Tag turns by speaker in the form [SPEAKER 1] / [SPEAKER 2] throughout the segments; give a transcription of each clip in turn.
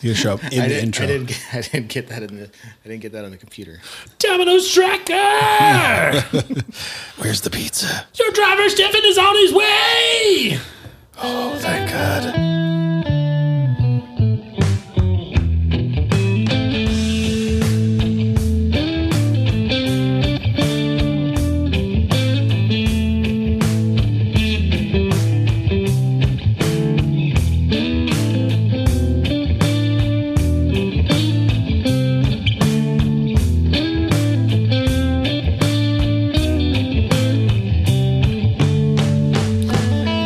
[SPEAKER 1] You show up in
[SPEAKER 2] I
[SPEAKER 1] the
[SPEAKER 2] didn't,
[SPEAKER 1] intro.
[SPEAKER 2] I didn't, get, I didn't get that in the. I didn't get that on the computer.
[SPEAKER 3] Domino's Tracker!
[SPEAKER 1] Where's the pizza?
[SPEAKER 3] Your driver, Stefan, is on his way!
[SPEAKER 1] Oh, thank God.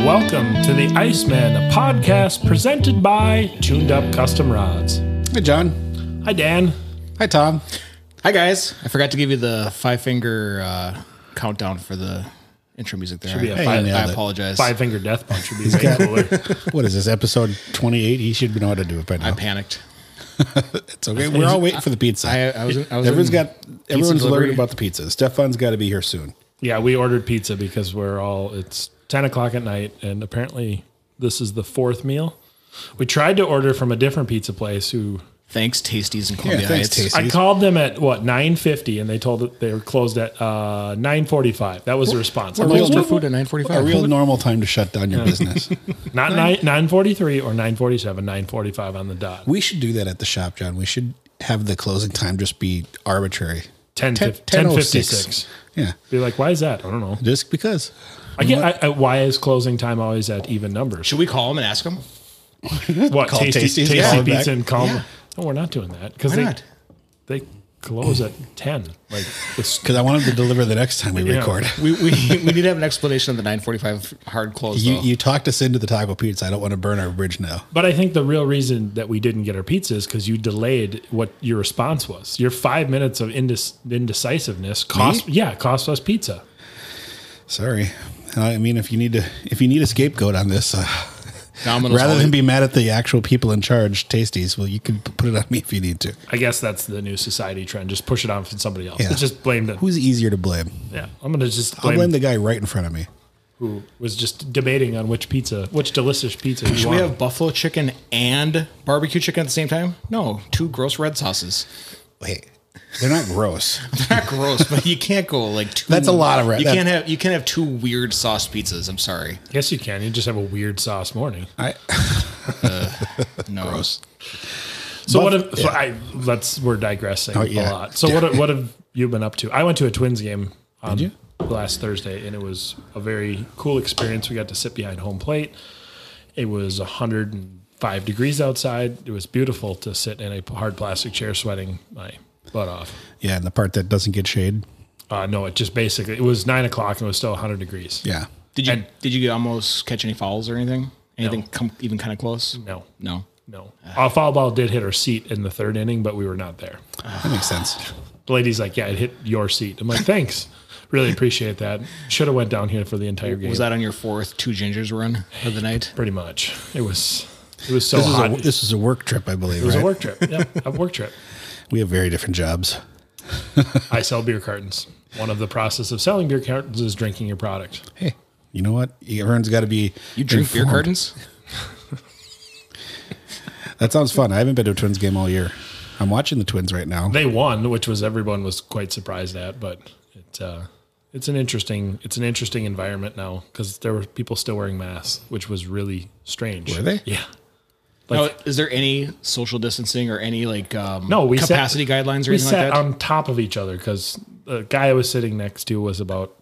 [SPEAKER 3] Welcome to the Iceman, a podcast presented by Tuned Up Custom Rods.
[SPEAKER 1] Hey, John.
[SPEAKER 3] Hi, Dan.
[SPEAKER 1] Hi, Tom.
[SPEAKER 2] Hi guys, I forgot to give you the five finger uh, countdown for the intro music. There,
[SPEAKER 3] be a
[SPEAKER 2] I,
[SPEAKER 3] Hey,
[SPEAKER 1] you
[SPEAKER 2] I,
[SPEAKER 1] nailed it.
[SPEAKER 2] apologize.
[SPEAKER 3] Five Finger Death Punch would be way cooler.
[SPEAKER 1] What is this, episode 28? He should know how to do it by now.
[SPEAKER 2] I panicked.
[SPEAKER 1] it's okay. We're all waiting for the pizza.
[SPEAKER 2] I, I was. I was
[SPEAKER 1] Everyone's
[SPEAKER 2] in
[SPEAKER 1] got, everyone's
[SPEAKER 2] delivery.
[SPEAKER 1] learning about the pizza. Stefan's got to be here soon.
[SPEAKER 3] Yeah, we ordered pizza because we're all, it's 10 o'clock at night, and apparently this is the fourth meal. We tried to order from a different pizza place who
[SPEAKER 2] Thanks, Tasties in
[SPEAKER 1] Yeah,
[SPEAKER 2] Columbia
[SPEAKER 1] thanks,
[SPEAKER 2] Heights.
[SPEAKER 1] Tasty.
[SPEAKER 3] I called them at what nine fifty, and they told they were closed at uh, nine forty five. That was the response. I'm
[SPEAKER 1] what-
[SPEAKER 3] like,
[SPEAKER 2] Closed for food at nine
[SPEAKER 1] A
[SPEAKER 2] forty-five.
[SPEAKER 1] real normal time to shut down your business.
[SPEAKER 3] not nine nine forty three or nine forty seven, nine forty five on the dot.
[SPEAKER 1] we should do that at the shop, John. We should have the closing time just be arbitrary.
[SPEAKER 3] 10, 10,
[SPEAKER 1] 10:06. Yeah.
[SPEAKER 3] Be like, why is that? I don't know.
[SPEAKER 1] Just because.
[SPEAKER 3] I get. I, I, why is closing time always at even numbers?
[SPEAKER 2] Should we call him and ask him?
[SPEAKER 3] What
[SPEAKER 1] Call
[SPEAKER 3] tasty,
[SPEAKER 1] Tasty's?
[SPEAKER 3] tasty
[SPEAKER 1] Yeah. Call
[SPEAKER 3] pizza
[SPEAKER 1] back.
[SPEAKER 3] and calm?
[SPEAKER 2] Yeah.
[SPEAKER 3] No, we're not doing that because
[SPEAKER 2] Why
[SPEAKER 3] they
[SPEAKER 2] not?
[SPEAKER 3] they close at ten. Like it's,
[SPEAKER 1] Because I want him to deliver the next time we record.
[SPEAKER 2] We, we, we need to have an explanation of the nine forty-five hard close.
[SPEAKER 1] You,
[SPEAKER 2] though.
[SPEAKER 1] you talked us into the taco pizza. I don't want to burn our bridge now.
[SPEAKER 3] But I think the real reason that we didn't get our pizza is because you delayed what your response was. Your five minutes of indes- indecisiveness cost, yeah, cost us pizza.
[SPEAKER 1] Sorry. I mean, if you need to, if you need a scapegoat on this, uh,
[SPEAKER 2] Domino's
[SPEAKER 1] rather
[SPEAKER 2] always-
[SPEAKER 1] than be mad at the actual people in charge, Tasties, well, you can p- put it on me if you need to.
[SPEAKER 3] I guess that's the new society trend. Just push it on from somebody else.
[SPEAKER 1] Yeah.
[SPEAKER 3] Just blame them.
[SPEAKER 1] Who's easier to blame?
[SPEAKER 3] yeah, I'm gonna just
[SPEAKER 1] I'll
[SPEAKER 3] blame,
[SPEAKER 1] blame the guy right in front of me.
[SPEAKER 3] who was just debating on which pizza, which delicious pizza. You
[SPEAKER 2] Should we
[SPEAKER 3] wanted.
[SPEAKER 2] have buffalo chicken and barbecue chicken at the same time? No, two gross red sauces.
[SPEAKER 1] Wait, they're not gross.
[SPEAKER 2] Not gross, but you can't go like two.
[SPEAKER 1] That's a lot of red-
[SPEAKER 2] You
[SPEAKER 1] that-
[SPEAKER 2] can't have you can't have two weird sauce pizzas. I'm sorry.
[SPEAKER 3] I guess you can. You just have a weird sauce morning.
[SPEAKER 1] I,
[SPEAKER 2] No. Gross.
[SPEAKER 3] So what?
[SPEAKER 1] Buff- Oh,
[SPEAKER 3] Have, so I let's we're digressing
[SPEAKER 1] yeah.
[SPEAKER 3] a lot. So what? What have you been up to? I went to a Twins game on
[SPEAKER 1] you?
[SPEAKER 3] last Thursday, and it was a very cool experience. We got to sit behind home plate. It was 105 degrees outside. It was beautiful to sit in a hard plastic chair, sweating my butt off.
[SPEAKER 1] yeah, and the part that doesn't get shade.
[SPEAKER 3] Uh, no, it just basically it was nine o'clock and it was still 100 degrees.
[SPEAKER 1] Yeah.
[SPEAKER 2] Did you
[SPEAKER 3] And-
[SPEAKER 2] did you almost catch any fouls or anything? Anything
[SPEAKER 3] No.
[SPEAKER 2] come even kind of close?
[SPEAKER 3] No,
[SPEAKER 2] No.
[SPEAKER 3] no.
[SPEAKER 1] Uh-huh.
[SPEAKER 3] A foul ball did hit our seat in the third inning, but we were not there.
[SPEAKER 1] That makes sense.
[SPEAKER 3] The lady's like, "Yeah, it hit your seat." I'm like, "Thanks, really appreciate that." Should have went down here for the entire game.
[SPEAKER 2] Was that on your fourth two gingers run of the night?
[SPEAKER 3] pretty much? It was. It was so
[SPEAKER 1] This is,
[SPEAKER 3] hot.
[SPEAKER 1] a, this is a work trip, I believe.
[SPEAKER 3] it was
[SPEAKER 1] right?
[SPEAKER 3] a work trip. Yeah, a work trip.
[SPEAKER 1] We have very different jobs.
[SPEAKER 3] I sell beer cartons. One of the process of selling beer cartons is drinking your product.
[SPEAKER 1] Hey, you know what? Everyone's got to be.
[SPEAKER 2] You drink beer
[SPEAKER 1] informed.
[SPEAKER 2] cartons?
[SPEAKER 1] That sounds fun. I haven't been to a Twins game all year. I'm watching the Twins right now.
[SPEAKER 3] They won, which was everyone was quite surprised at, but it, uh, it's an interesting it's an interesting environment now because there were people still wearing masks, which was really strange.
[SPEAKER 1] Were they?
[SPEAKER 3] Yeah.
[SPEAKER 2] No, is there any social distancing or any like um,
[SPEAKER 3] No, we sat-
[SPEAKER 2] capacity guidelines or
[SPEAKER 3] we
[SPEAKER 2] anything like
[SPEAKER 3] sat
[SPEAKER 2] that?
[SPEAKER 3] on top of each other because the guy I was sitting next to was about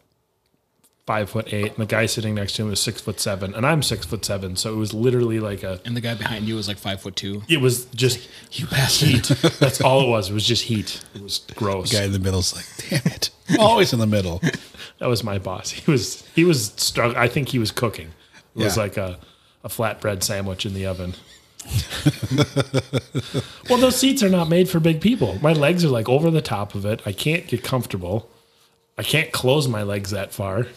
[SPEAKER 3] five foot eight, and the guy sitting next to him was six foot seven, and I'm six foot seven, so it was literally like a.
[SPEAKER 2] and the guy behind you was like five foot two.
[SPEAKER 3] It was just
[SPEAKER 2] You bastard.
[SPEAKER 3] that's all it was. It was just heat. It was gross.
[SPEAKER 1] guy in the middle's like, damn it. Always in the middle.
[SPEAKER 3] That was my boss. He was he was struggling. I think he was cooking. It was
[SPEAKER 1] Yeah.
[SPEAKER 3] like a a flatbread sandwich in the oven. well, those seats are not made for big people. My legs are like over the top of it. I can't get comfortable. I can't close my legs that far.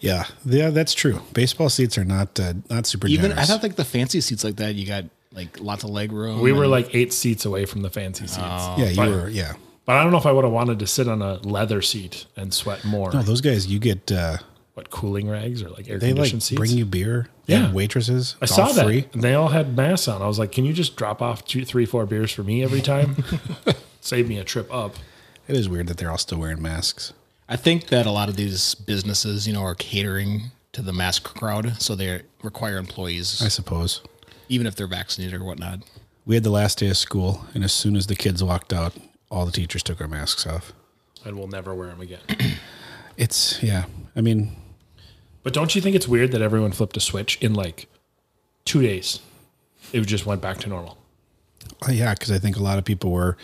[SPEAKER 1] Yeah. Yeah, that's true. Baseball seats are not uh, not super
[SPEAKER 2] Even
[SPEAKER 1] generous.
[SPEAKER 2] I thought like the fancy seats like that, you got like lots of leg room.
[SPEAKER 3] We
[SPEAKER 2] and-
[SPEAKER 3] were like eight seats away from the fancy seats.
[SPEAKER 1] yeah,
[SPEAKER 3] but-
[SPEAKER 1] you were. Yeah.
[SPEAKER 3] But I don't know if I would have wanted to sit on a leather seat and sweat more.
[SPEAKER 1] No, those guys, you get uh,
[SPEAKER 3] what cooling rags or like air
[SPEAKER 1] They like
[SPEAKER 3] conditioned seats.
[SPEAKER 1] bring you beer. They
[SPEAKER 3] Yeah.
[SPEAKER 1] have waitresses.
[SPEAKER 3] I
[SPEAKER 1] It's
[SPEAKER 3] saw
[SPEAKER 1] all
[SPEAKER 3] that.
[SPEAKER 1] free.
[SPEAKER 3] And they all had masks on. I was like, can you just drop off two, three, four beers for me every time? Save me a trip up.
[SPEAKER 1] It is weird that they're all still wearing masks.
[SPEAKER 2] I think that a lot of these businesses, you know, are catering to the mask crowd, so they require employees,
[SPEAKER 1] I suppose.
[SPEAKER 2] even if they're vaccinated or whatnot.
[SPEAKER 1] We had the last day of school, and as soon as the kids walked out, all the teachers took our masks off.
[SPEAKER 3] And we'll never wear them again.
[SPEAKER 1] It's yeah. I mean,
[SPEAKER 3] But don't you think it's weird that everyone flipped a switch in like two days? It just went back to normal
[SPEAKER 1] oh, yeah, because I think a lot of people were.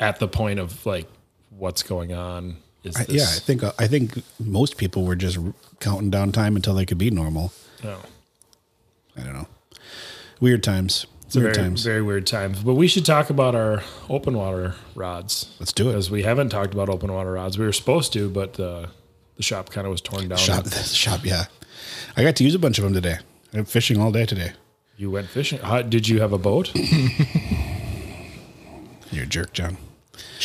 [SPEAKER 3] at the point of like, what's going on? Is
[SPEAKER 1] I,
[SPEAKER 3] this?
[SPEAKER 1] yeah, I think uh, I think most people were just counting down time until they could be normal.
[SPEAKER 3] no.
[SPEAKER 1] I don't know. Weird times.
[SPEAKER 3] It's a
[SPEAKER 1] Weird
[SPEAKER 3] very,
[SPEAKER 1] times.
[SPEAKER 3] very weird times. But we should talk about our open water rods.
[SPEAKER 1] Let's do it.
[SPEAKER 3] Because we haven't talked about open water rods. We were supposed to, but uh, the shop kind of was torn down.
[SPEAKER 1] Shop. Shop. Yeah, I got to use a bunch of them today. I'm fishing all day today.
[SPEAKER 3] You went fishing. How, did you have a boat?
[SPEAKER 1] You're a jerk, John.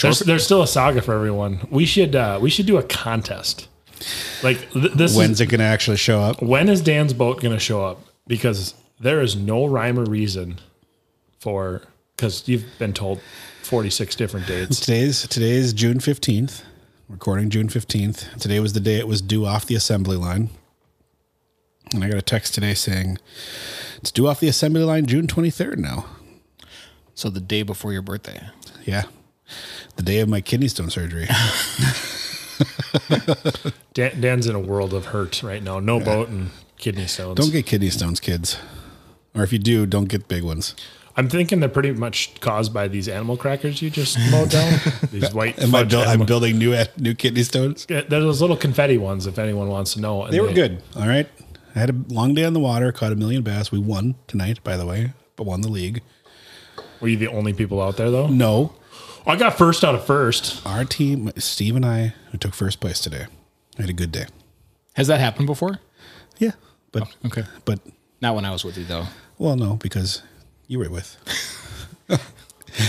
[SPEAKER 3] There's, there's still a saga for everyone. We should uh, we should do a contest. Like th- this
[SPEAKER 1] When's
[SPEAKER 3] is,
[SPEAKER 1] it going to actually show up?
[SPEAKER 3] when is Dan's boat going to show up? Because there is no rhyme or reason for because you've been told 46 different dates.
[SPEAKER 1] Today's today's June fifteenth. Recording June fifteenth. Today was the day it was due off the assembly line. And I got a text today saying it's due off the assembly line June twenty third now.
[SPEAKER 2] So the day before your birthday.
[SPEAKER 1] Yeah. The day of my kidney stone surgery.
[SPEAKER 3] Dan, Dan's in a world of hurt right now. No boat and kidney stones.
[SPEAKER 1] don't get kidney stones, kids. Or if you do, don't get big ones.
[SPEAKER 3] I'm thinking they're pretty much caused by these animal crackers you just mowed down. These white.
[SPEAKER 1] Am I
[SPEAKER 3] fudge
[SPEAKER 1] buil- I'm
[SPEAKER 3] animal-
[SPEAKER 1] building new new kidney stones.
[SPEAKER 3] Yeah, they're those little confetti ones, if anyone wants to know. And
[SPEAKER 1] They were good. All right. I had a long day on the water, caught a million bass. We won tonight, by the way, but won the league.
[SPEAKER 3] Were you the only people out there though?
[SPEAKER 1] No,
[SPEAKER 3] I got first out of first.
[SPEAKER 1] our team, Steve and I, who took first place today, had a good day.
[SPEAKER 2] Has that happened before?
[SPEAKER 1] Yeah, but
[SPEAKER 2] Okay.
[SPEAKER 1] but
[SPEAKER 2] Not when I was with you though.
[SPEAKER 1] well, no, because you were with.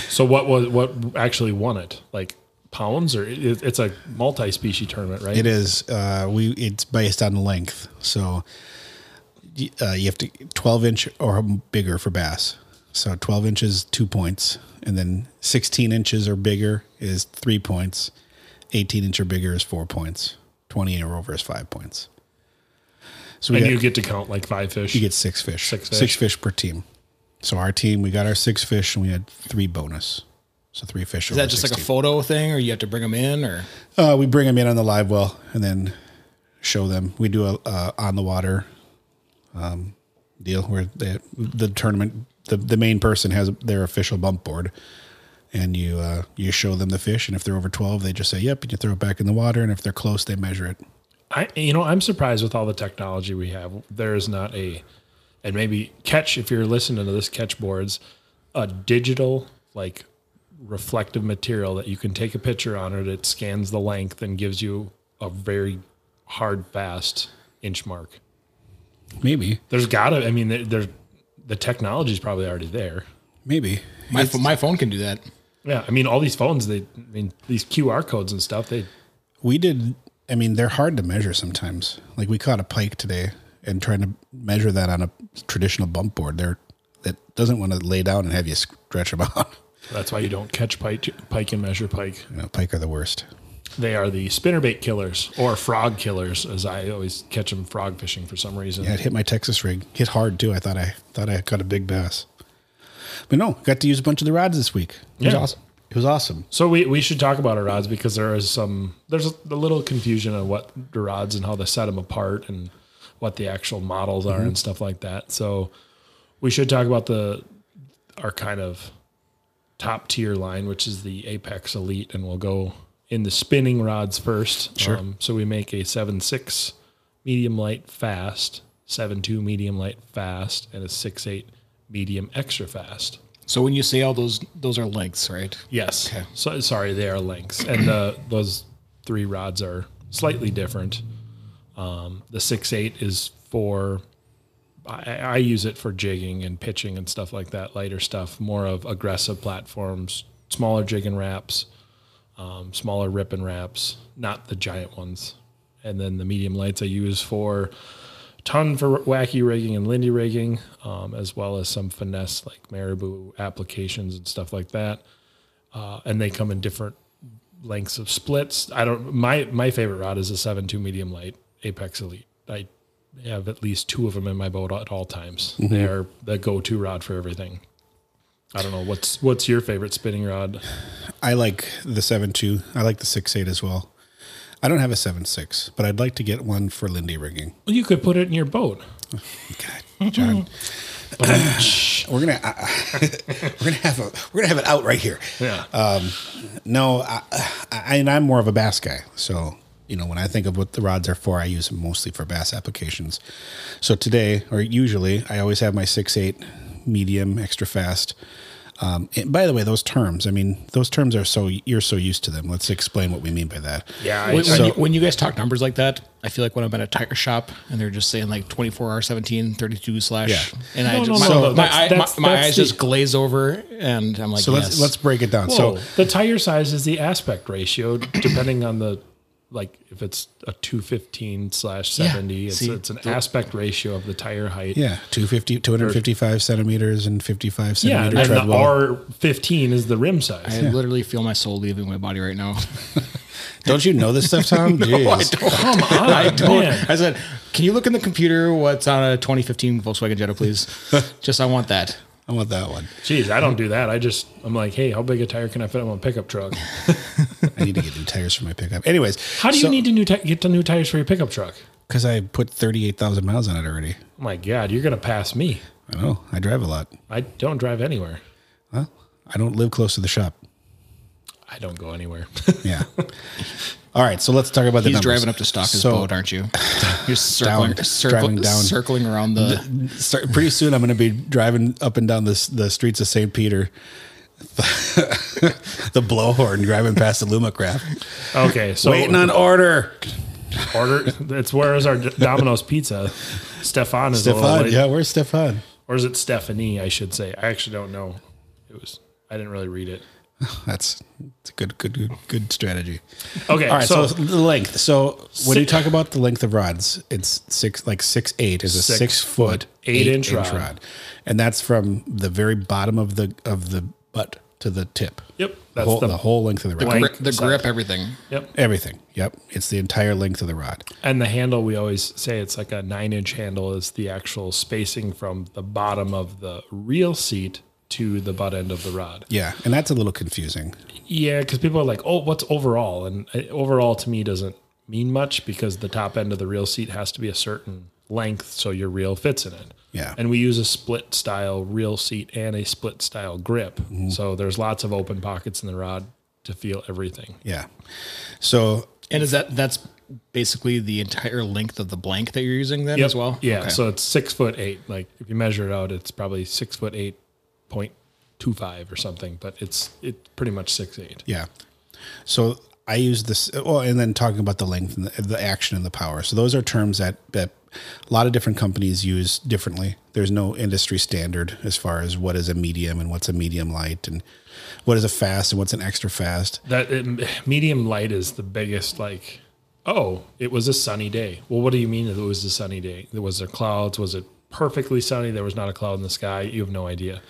[SPEAKER 3] So what was what actually won it? Like pounds or it, it's a multi-species tournament, right?
[SPEAKER 1] It is uh, we. It's based on length, so y- uh, you have to twelve inch or bigger for bass. So twelve inches, two points, and then sixteen inches or bigger is three points. Eighteen inch or bigger is four points. Twenty or over is five points. So we
[SPEAKER 3] and
[SPEAKER 1] got-
[SPEAKER 3] you get to count like five fish.
[SPEAKER 1] you get six fish.
[SPEAKER 3] Six fish.
[SPEAKER 1] per team. So our team, we got our six fish, and we had three bonus. So three fish.
[SPEAKER 2] Is that just like a photo thing, or you have to bring them in, or
[SPEAKER 1] Uh, we bring them in on the live well and then show them. We do a uh, on the water um, deal where the the tournament the, the main person has their official bump board, and you uh, you show them the fish, and if they're over twelve, they just say yep, and you throw it back in the water, and if they're close, they measure it.
[SPEAKER 3] I you know, I'm surprised with all the technology we have. There is not a and maybe catch if you're listening to this catch boards, a digital like reflective material that you can take a picture on it, it scans the length and gives you a very hard fast inch mark.
[SPEAKER 1] Maybe,
[SPEAKER 3] There's gotta I mean there, there's the technology's probably already there.
[SPEAKER 1] maybe.
[SPEAKER 2] my ph- my phone can do that.
[SPEAKER 3] Yeah, I mean, all these phones, they, I mean, these QR codes and stuff, they,
[SPEAKER 1] We did. I mean, they're hard to measure sometimes. Like we caught a pike today, and trying to measure that on a traditional bump board, there that doesn't want to lay down and have you stretch them out.
[SPEAKER 3] that's why you don't catch pike, pike and measure pike.
[SPEAKER 1] You know, pike are the worst.
[SPEAKER 3] They are the spinnerbait killers or frog killers, as I always catch them frog fishing for some reason.
[SPEAKER 1] Yeah, it hit my Texas rig. Hit hard too. I thought I thought I caught a big bass, but no, got to use a bunch of the rods this week. It was
[SPEAKER 3] Yeah.
[SPEAKER 1] awesome. It was awesome.
[SPEAKER 3] So we, we should talk about our rods because there is some, there's a little confusion on what the rods and how they set them apart and what the actual models are and stuff like that. So we should talk about the, our kind of top tier line, which is the Apex Elite, and we'll go in the spinning rods first. Sure. Um, so we make a seven six medium light fast, seven two medium light fast, and a six eight medium extra fast.
[SPEAKER 2] So when you say all those, those are lengths, right?
[SPEAKER 3] Yes. So sorry, they are lengths, and uh, those three rods are slightly different. Um, the six eight is for I, I use it for jigging and pitching and stuff like that, lighter stuff, more of aggressive platforms, smaller jig and wraps, um, smaller rip and wraps, not the giant ones. and then the medium lights I use for ton for wacky rigging and Lindy rigging, um, as well as some finesse like marabou applications and stuff like that. Uh, and they come in different lengths of splits. I don't my my favorite rod is a seven two medium light Apex Elite. I have at least two of them in my boat at all times.
[SPEAKER 1] Mm-hmm.
[SPEAKER 3] They are the go to rod for everything. I don't know what's what's your favorite spinning rod.
[SPEAKER 1] I like the seven two. I like the six eight as well. I don't have a seven six, but I'd like to get one for Lindy rigging.
[SPEAKER 3] You could put it in your boat.
[SPEAKER 1] God, John, we're gonna uh, we're gonna have a we're gonna have it out right here. Um,
[SPEAKER 3] Yeah.
[SPEAKER 1] No, I, I, and I'm more of a bass guy. So, you know, when I think of what the rods are for, I use them mostly for bass applications. So today, or usually, I always have my six eight medium extra fast. Um, and by the way, those terms, I mean, those terms are so, you're so used to them. Let's explain what we mean by that.
[SPEAKER 3] yeah.
[SPEAKER 2] When,
[SPEAKER 3] I-
[SPEAKER 2] when,
[SPEAKER 1] So-
[SPEAKER 2] you, when you guys talk numbers like that, I feel like when I'm at a tire shop and they're just saying like 24 hour 17, 32 slash,
[SPEAKER 1] Yeah.
[SPEAKER 2] and I
[SPEAKER 3] No,
[SPEAKER 2] just,
[SPEAKER 3] no,
[SPEAKER 2] my,
[SPEAKER 3] no,
[SPEAKER 2] my
[SPEAKER 3] that's-
[SPEAKER 2] eye- my-
[SPEAKER 3] that's-
[SPEAKER 2] my
[SPEAKER 3] that's
[SPEAKER 2] eyes
[SPEAKER 3] the-
[SPEAKER 2] just glaze over and I'm like,
[SPEAKER 1] So let's,
[SPEAKER 2] yes.
[SPEAKER 1] let's break it down.
[SPEAKER 3] Whoa,
[SPEAKER 1] So
[SPEAKER 3] the tire size is the aspect ratio, depending on the like if it's a two fifteen slash seventy,
[SPEAKER 2] Yeah,
[SPEAKER 3] it's,
[SPEAKER 2] see,
[SPEAKER 3] it's an aspect ratio of the tire height.
[SPEAKER 1] yeah, 250, 255 centimeters and 55
[SPEAKER 3] Yeah, and
[SPEAKER 1] centimeter
[SPEAKER 3] the
[SPEAKER 1] treadwell.
[SPEAKER 3] R fifteen is the rim size.
[SPEAKER 2] I literally feel my soul leaving my body right now.
[SPEAKER 1] don't you know this stuff, Tom? Jeez.
[SPEAKER 3] Come on, I
[SPEAKER 2] don't. I said, can you look in the computer what's on a 2015 Volkswagen Jetta, please? Just, I want that.
[SPEAKER 1] I want that one.
[SPEAKER 3] Jeez, I don't do that. I just I'm like, hey, how big a tire can I fit on my pickup truck?
[SPEAKER 1] I need to get new tires for my pickup. Anyways,
[SPEAKER 3] How do you need to new ti- get to new tires for your pickup truck?
[SPEAKER 1] Because I put 38,000 miles on it already.
[SPEAKER 3] Oh my God, you're gonna pass me.
[SPEAKER 1] I know. I drive a lot.
[SPEAKER 3] I don't drive anywhere.
[SPEAKER 1] Well, I don't live close to the shop.
[SPEAKER 3] I don't go anywhere.
[SPEAKER 1] Yeah. All right. So let's talk about the
[SPEAKER 2] He's
[SPEAKER 1] numbers.
[SPEAKER 2] driving up to Stockton's
[SPEAKER 1] So-
[SPEAKER 2] boat, aren't you? You're circling,
[SPEAKER 1] Down,
[SPEAKER 2] circling,
[SPEAKER 1] driving down.
[SPEAKER 2] circling around the.
[SPEAKER 1] Start, pretty soon, I'm going to be driving up and down this, the streets of St. Peter, the blowhorn, driving past the Lumacraft.
[SPEAKER 3] Okay, so
[SPEAKER 1] Waiting on order.
[SPEAKER 3] order. That's where is our Domino's pizza? Stefan is a little
[SPEAKER 1] Stefan.
[SPEAKER 3] late.
[SPEAKER 1] Yeah. Where's Stefan?
[SPEAKER 3] or is it Stephanie? I should say. I actually don't know. It was. I didn't really read it.
[SPEAKER 1] That's, that's a good, good, good, good strategy.
[SPEAKER 3] Okay,
[SPEAKER 1] All right. So,
[SPEAKER 3] so,
[SPEAKER 1] the length. So when you talk about the length of rods, it's six, like six eight is a
[SPEAKER 3] Six
[SPEAKER 1] six, foot
[SPEAKER 3] eight inch rod.
[SPEAKER 1] and that's from the very bottom of the of the butt to the tip.
[SPEAKER 3] Yep,
[SPEAKER 1] the
[SPEAKER 3] that's
[SPEAKER 1] whole,
[SPEAKER 3] the-
[SPEAKER 1] the, whole length of the rod.
[SPEAKER 3] blank
[SPEAKER 2] Gri- the
[SPEAKER 3] side.
[SPEAKER 2] grip, everything.
[SPEAKER 3] yep.
[SPEAKER 1] Everything. Yep, it's the entire length of the rod.
[SPEAKER 3] And the handle, we always say it's like a nine-inch handle is the actual spacing from the bottom of the real seat to the butt end of the rod.
[SPEAKER 1] Yeah, and that's a little confusing.
[SPEAKER 3] Yeah, because people are like, "Oh, what's overall?" And uh, overall to me doesn't mean much because the top end of the reel seat has to be a certain length so your reel fits in it.
[SPEAKER 1] Yeah.
[SPEAKER 3] And we use a split style reel seat and a split style grip. So there's lots of open pockets in the rod to feel everything.
[SPEAKER 1] Yeah. So
[SPEAKER 2] And is that that's basically the entire length of the blank that you're using then as well?
[SPEAKER 3] Yeah.
[SPEAKER 2] Okay.
[SPEAKER 3] So it's six foot eight. Like if you measure it out, it's probably six foot eight point two five or something, but it's it's pretty much six eight.
[SPEAKER 1] Yeah. So I use this. Well, and then talking about the length and the, the action and the power. So those are terms that that a lot of different companies use differently. There's no industry standard as far as what is a medium and what's a medium light and what is a fast and what's an extra fast.
[SPEAKER 3] That it, medium light is the biggest. Like, oh, it was a sunny day. Well, what do you mean that it was a sunny day? There was there clouds? Was it perfectly sunny? There was not a cloud in the sky. You have no idea.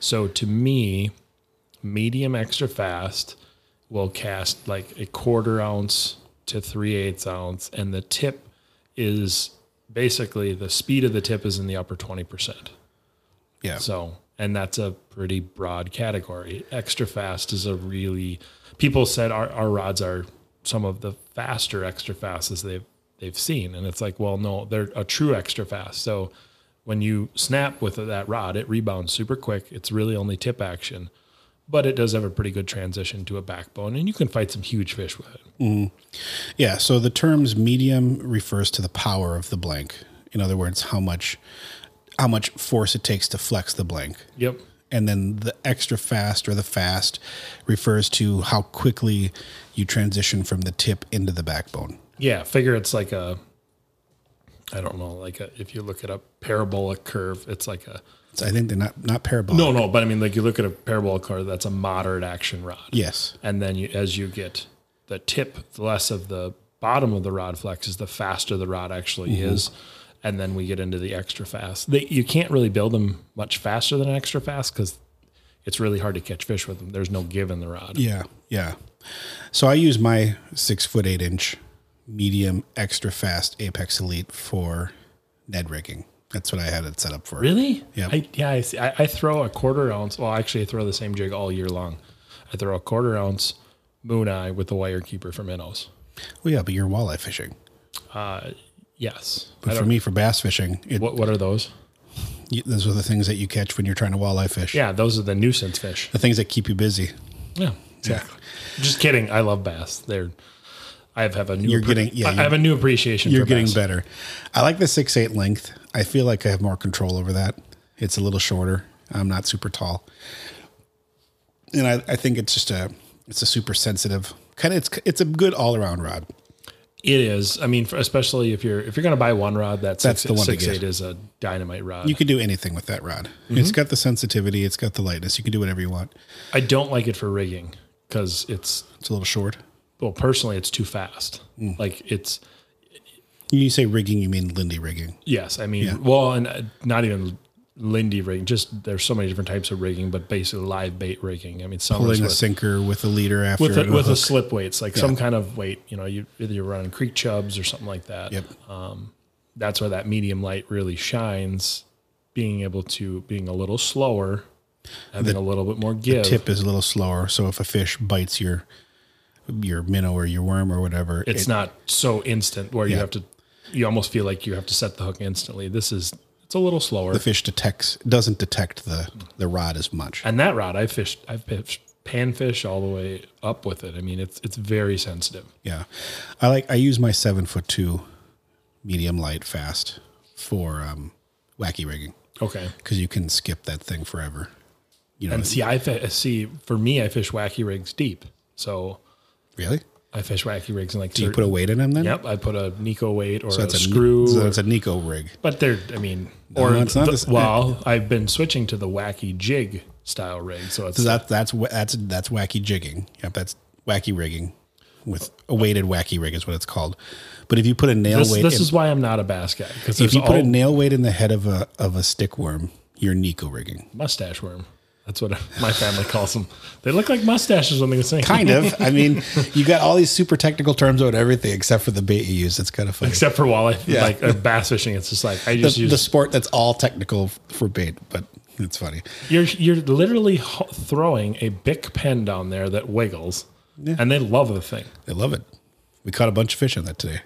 [SPEAKER 3] So to me, medium extra fast will cast like a quarter ounce to three eighths ounce, and the tip is basically the speed of the tip is in the upper twenty percent.
[SPEAKER 1] Yeah.
[SPEAKER 3] So, and that's a pretty broad category. Extra fast is a really people said our, our rods are some of the faster extra fasts they've they've seen, and it's like, well, no, they're a true extra fast. So, when you snap with that rod, it rebounds super quick. It's really only tip action, but it does have a pretty good transition to a backbone, and you can fight some huge fish with it.
[SPEAKER 1] Yeah. So the terms medium refers to the power of the blank. In other words, how much how much force it takes to flex the blank.
[SPEAKER 3] Yep.
[SPEAKER 1] and then the extra fast or the fast refers to how quickly you transition from the tip into the backbone.
[SPEAKER 3] Yeah, figure it's like a, I don't know, like a, if you look at a parabolic curve, it's like a
[SPEAKER 1] So I think they're not not parabolic.
[SPEAKER 3] No, no, but I mean, like you look at a parabolic curve, that's a moderate action rod,
[SPEAKER 1] Yes.
[SPEAKER 3] and then you, as you get the tip, the less of the bottom of the rod flexes, the faster the rod actually is. And then we get into the extra fast. They, you can't really build them much faster than extra fast because it's really hard to catch fish with them. There's no give in the rod.
[SPEAKER 1] Yeah, yeah. So I use my six foot eight inch medium extra fast Apex Elite for Ned rigging. That's what I had it set up for.
[SPEAKER 3] Really?
[SPEAKER 1] Yeah.
[SPEAKER 3] I, yeah. I, see. I, I throw a quarter ounce. Well, actually, I throw the same jig all year long. I throw a quarter ounce moon eye with the wire keeper for minnows.
[SPEAKER 1] Well, yeah, but you're walleye fishing.
[SPEAKER 3] Yes. I
[SPEAKER 1] But for
[SPEAKER 3] don't-
[SPEAKER 1] me, for bass fishing, it,
[SPEAKER 3] what, what are those?
[SPEAKER 1] you, those are the things that you catch when you're trying to walleye fish.
[SPEAKER 3] Yeah, those are the nuisance fish.
[SPEAKER 1] The things that keep you busy.
[SPEAKER 3] Yeah.
[SPEAKER 1] Exactly.
[SPEAKER 3] Just kidding. I love bass. They're. I have- have a new.
[SPEAKER 1] You're getting- yeah,
[SPEAKER 3] I
[SPEAKER 1] you're-
[SPEAKER 3] have a new appreciation.
[SPEAKER 1] You're
[SPEAKER 3] for
[SPEAKER 1] getting
[SPEAKER 3] bass.
[SPEAKER 1] better. I like the six eight length. I feel like I have more control over that. It's a little shorter. I'm not super tall, and I, I think it's just a it's a super sensitive kind of. It's it's a good all around rod.
[SPEAKER 3] It is. I mean, for, especially if you're if you're going to buy one rod, that
[SPEAKER 1] That's
[SPEAKER 3] six,
[SPEAKER 1] the one to
[SPEAKER 3] six
[SPEAKER 1] get.
[SPEAKER 3] eight is a dynamite rod.
[SPEAKER 1] You can do anything with that rod.
[SPEAKER 3] Mm-hmm.
[SPEAKER 1] It's got the sensitivity. It's got the lightness. You can do whatever you want.
[SPEAKER 3] I don't like it for rigging because it's
[SPEAKER 1] It's a little short.
[SPEAKER 3] well, personally, it's too fast.
[SPEAKER 1] Mm.
[SPEAKER 3] Like it's
[SPEAKER 1] When you say rigging, you mean Lindy rigging.
[SPEAKER 3] Yes, I mean, well, and uh, not even Lindy rigging. Just there's so many different types of rigging, but basically live bait rigging. I mean, some
[SPEAKER 1] Pulling a
[SPEAKER 3] with,
[SPEAKER 1] sinker with a leader after
[SPEAKER 3] with
[SPEAKER 1] and
[SPEAKER 3] a,
[SPEAKER 1] a
[SPEAKER 3] with a
[SPEAKER 1] hook.
[SPEAKER 3] slip weights, like some kind of weight. You know, you either you're running creek chubs or something like that. Um,
[SPEAKER 1] Yep.
[SPEAKER 3] That's where that medium light really shines. Being able to being a little slower, having a little bit more give.
[SPEAKER 1] Tip is a little slower. So if a fish bites your your minnow or your worm or whatever,
[SPEAKER 3] it's
[SPEAKER 1] it-
[SPEAKER 3] not so instant where you have to. You almost feel like you have to set the hook instantly. This is it's a little slower.
[SPEAKER 1] the fish detects doesn't detect the the rod as much.
[SPEAKER 3] and that rod I fished I've fished panfish all the way up with it. I mean it's it's very sensitive.
[SPEAKER 1] Yeah, I like I use my seven foot two medium light fast for um, wacky rigging
[SPEAKER 3] Okay.
[SPEAKER 1] because you can skip that thing forever. You know,
[SPEAKER 3] And see I fi- see for me I fish wacky rigs deep. So
[SPEAKER 1] really?
[SPEAKER 3] I fish wacky rigs in like
[SPEAKER 1] Do you
[SPEAKER 3] thir-
[SPEAKER 1] put a weight in them then?
[SPEAKER 3] Yep, I put a Nico weight or a
[SPEAKER 1] That's a
[SPEAKER 3] screw.
[SPEAKER 1] So that's a Nico rig.
[SPEAKER 3] but they're I mean
[SPEAKER 1] No,
[SPEAKER 3] or
[SPEAKER 1] it's not
[SPEAKER 3] the-
[SPEAKER 1] this-
[SPEAKER 3] well, I've been switching to the wacky jig style rig. So it's
[SPEAKER 1] So that that's wa- that's that's wacky jigging. Yep, that's wacky rigging with a weighted wacky rig is what it's called. But if you put a nail
[SPEAKER 3] this,
[SPEAKER 1] weight,
[SPEAKER 3] this
[SPEAKER 1] in,
[SPEAKER 3] is why I'm not a bass guy because
[SPEAKER 1] if
[SPEAKER 3] there's
[SPEAKER 1] you put
[SPEAKER 3] all
[SPEAKER 1] a nail weight in the head of a of a stick worm, you're Nico rigging.
[SPEAKER 3] mustache worm. That's what my family calls them. They look like mustaches when they sing.
[SPEAKER 1] kind of. I mean, you got all these super technical terms about everything except for the bait you use. It's kind of funny.
[SPEAKER 3] except for walleye, like uh, bass fishing. It's just like I
[SPEAKER 1] the,
[SPEAKER 3] just
[SPEAKER 1] the
[SPEAKER 3] use.
[SPEAKER 1] sport that's all technical f- for bait, but it's funny.
[SPEAKER 3] you're you're literally ho- throwing a bic pen down there that wiggles, and they love the thing.
[SPEAKER 1] I love it. We caught a bunch of fish on that today.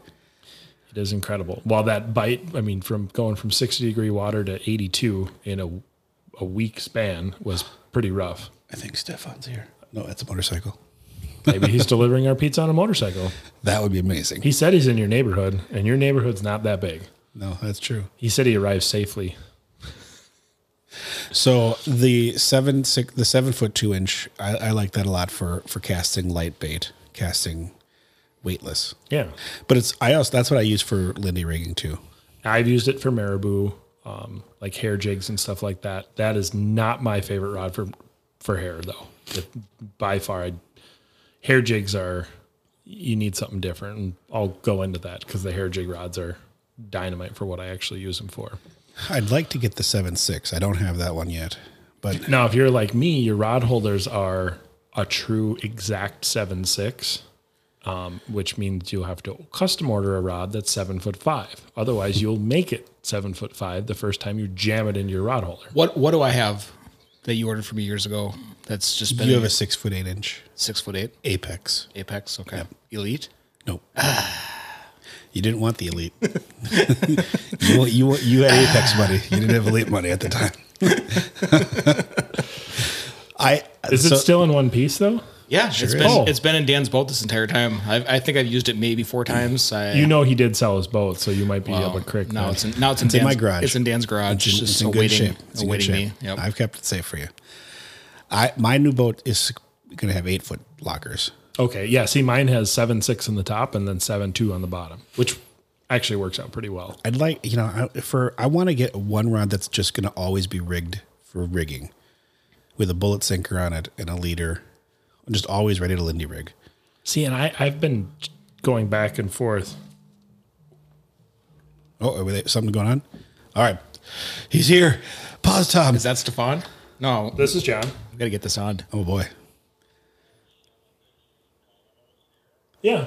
[SPEAKER 3] It is incredible. While that bite, I mean, from going from sixty degree water to eighty two in a a week span was pretty rough.
[SPEAKER 1] I think Stefan's here. No, that's a motorcycle.
[SPEAKER 3] Maybe he's delivering our pizza on a motorcycle.
[SPEAKER 1] That would be amazing.
[SPEAKER 3] He said he's in your neighborhood, and your neighborhood's not that big.
[SPEAKER 1] No, that's true.
[SPEAKER 3] He said he arrived safely.
[SPEAKER 1] So the seven six the seven foot two inch, I, I like that a lot for for casting light bait, casting weightless.
[SPEAKER 3] Yeah,
[SPEAKER 1] But it's I also that's what I use for Lindy rigging too.
[SPEAKER 3] I've used it for marabou, um, like hair jigs and stuff like that. That is not my favorite rod for for hair though. It- by far, I, hair jigs are you need something different, and I'll go into that because the hair jig rods are dynamite for what I actually use them for.
[SPEAKER 1] I'd like to get the seven six. I don't have that one yet, but
[SPEAKER 3] Now, if you're like me, your rod holders are a true exact seven six, um, which means you'll have to custom order a rod that's seven foot five. Otherwise, you'll make it seven foot five the first time you jam it into your rod holder.
[SPEAKER 2] What What do I have that you ordered for me years ago? That's just been
[SPEAKER 1] You have a six foot eight inch
[SPEAKER 2] six foot eight
[SPEAKER 1] apex.
[SPEAKER 2] apex. Okay, elite.
[SPEAKER 1] Nope. you didn't want the elite. you, you you had apex money. You didn't have elite money at the time. I
[SPEAKER 3] Is
[SPEAKER 1] so-
[SPEAKER 3] it still in one piece though?
[SPEAKER 2] Yeah, it's
[SPEAKER 1] is.
[SPEAKER 2] been
[SPEAKER 3] Oh.
[SPEAKER 2] it's been in Dan's boat this entire time. I've, I think I've used it maybe four times. I,
[SPEAKER 3] You know he did sell his boat, so you might be
[SPEAKER 2] Wow.
[SPEAKER 3] up a crick.
[SPEAKER 2] Now
[SPEAKER 3] there.
[SPEAKER 2] it's in, now it's in,
[SPEAKER 1] in
[SPEAKER 2] Dan's,
[SPEAKER 1] my garage.
[SPEAKER 2] It's in Dan's garage.
[SPEAKER 1] It's in,
[SPEAKER 2] just
[SPEAKER 1] it's in good
[SPEAKER 2] awaiting,
[SPEAKER 1] shape. It's in good
[SPEAKER 2] awaiting
[SPEAKER 1] shape.
[SPEAKER 2] me. Yep.
[SPEAKER 1] I've kept it safe for you. I my new boat is going to have eight foot lockers.
[SPEAKER 3] okay. Yeah. See, mine has seven six on the top and then seven two on the bottom, which actually works out pretty well.
[SPEAKER 1] I'd like you know I, for I want to get one rod that's just going to always be rigged for rigging, with a bullet sinker on it and a leader, just always ready to Lindy rig.
[SPEAKER 3] See, and I I've been going back and forth.
[SPEAKER 1] Oh, are there something going on? All right. He's here. Pause Tom.
[SPEAKER 2] Is that Stefan? No,
[SPEAKER 3] This is John.
[SPEAKER 2] we gotta get this on.
[SPEAKER 1] Oh boy.
[SPEAKER 3] Yeah.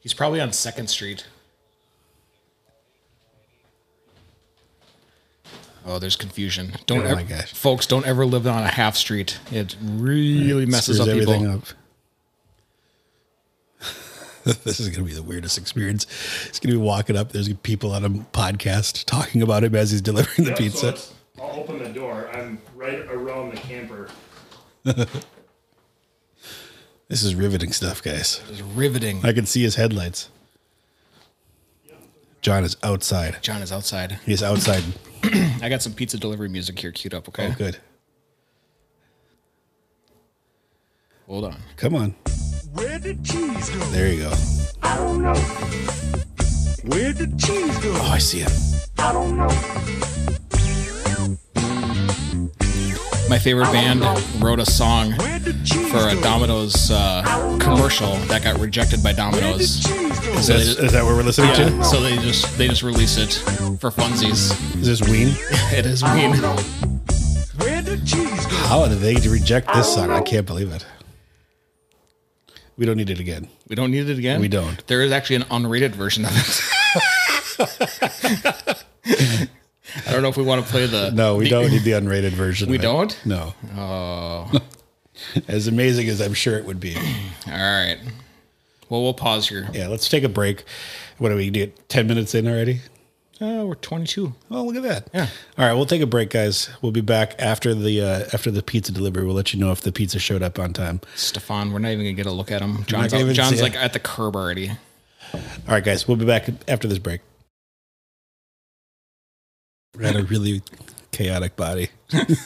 [SPEAKER 2] He's probably on Second Street. Oh, there's confusion. Don't
[SPEAKER 1] Oh
[SPEAKER 2] ev-
[SPEAKER 1] my gosh.
[SPEAKER 2] folks, don't ever live on a half street. It really messes
[SPEAKER 1] Screws
[SPEAKER 2] up people.
[SPEAKER 1] everything up. this is going to be the weirdest experience. He's going to be walking up. There's people on a podcast talking about him as he's delivering the pizza.
[SPEAKER 3] I'll open the door. I'm right around the camper.
[SPEAKER 1] this is riveting stuff, guys.
[SPEAKER 2] It's riveting.
[SPEAKER 1] I can see his headlights. John is outside.
[SPEAKER 2] John is outside.
[SPEAKER 1] He's outside.
[SPEAKER 2] I got some pizza delivery music here queued up. Okay,
[SPEAKER 1] Oh, Good.
[SPEAKER 2] hold on.
[SPEAKER 1] Come on.
[SPEAKER 4] Where did cheese go?
[SPEAKER 1] There you go.
[SPEAKER 4] I don't know. Where did cheese go?
[SPEAKER 1] Oh, I see him.
[SPEAKER 4] I don't know.
[SPEAKER 2] My favorite band wrote a song
[SPEAKER 4] Where did cheese
[SPEAKER 2] for a
[SPEAKER 4] go?
[SPEAKER 2] Domino's uh, commercial that got rejected by
[SPEAKER 4] Where did
[SPEAKER 2] Domino's.
[SPEAKER 4] cheese go?
[SPEAKER 1] Is that, is that what we're listening
[SPEAKER 2] Yeah, so they just they just release it for funsies.
[SPEAKER 1] to? Is this Ween?
[SPEAKER 2] It is mean.
[SPEAKER 4] Where did cheese go?
[SPEAKER 1] How did they reject this song? I can't believe it. We don't need it again.
[SPEAKER 2] We don't need it again.
[SPEAKER 1] We don't.
[SPEAKER 2] There is actually an unrated version of it. I don't know if we want to play the.
[SPEAKER 1] No, we
[SPEAKER 2] the-
[SPEAKER 1] don't need the unrated version.
[SPEAKER 2] We
[SPEAKER 1] of it.
[SPEAKER 2] don't?
[SPEAKER 1] No. Oh. as amazing as I'm sure it would be.
[SPEAKER 2] All right. Well, we'll pause here.
[SPEAKER 1] Yeah, let's take a break. What do we get? 10 minutes in already?
[SPEAKER 2] Oh, we're 22.
[SPEAKER 1] Oh, look at that.
[SPEAKER 2] Yeah.
[SPEAKER 1] All right, we'll take a break, guys. We'll be back after the uh, after the pizza delivery. We'll let you know if the pizza showed up on time.
[SPEAKER 2] Stefan, we're not even gonna get a look at him. John's,
[SPEAKER 1] gonna
[SPEAKER 2] out-
[SPEAKER 1] even
[SPEAKER 2] John's
[SPEAKER 1] see
[SPEAKER 2] like
[SPEAKER 1] it.
[SPEAKER 2] at the curb already.
[SPEAKER 1] All right, guys, we'll be back after this break. We had a really chaotic body.
[SPEAKER 3] I'm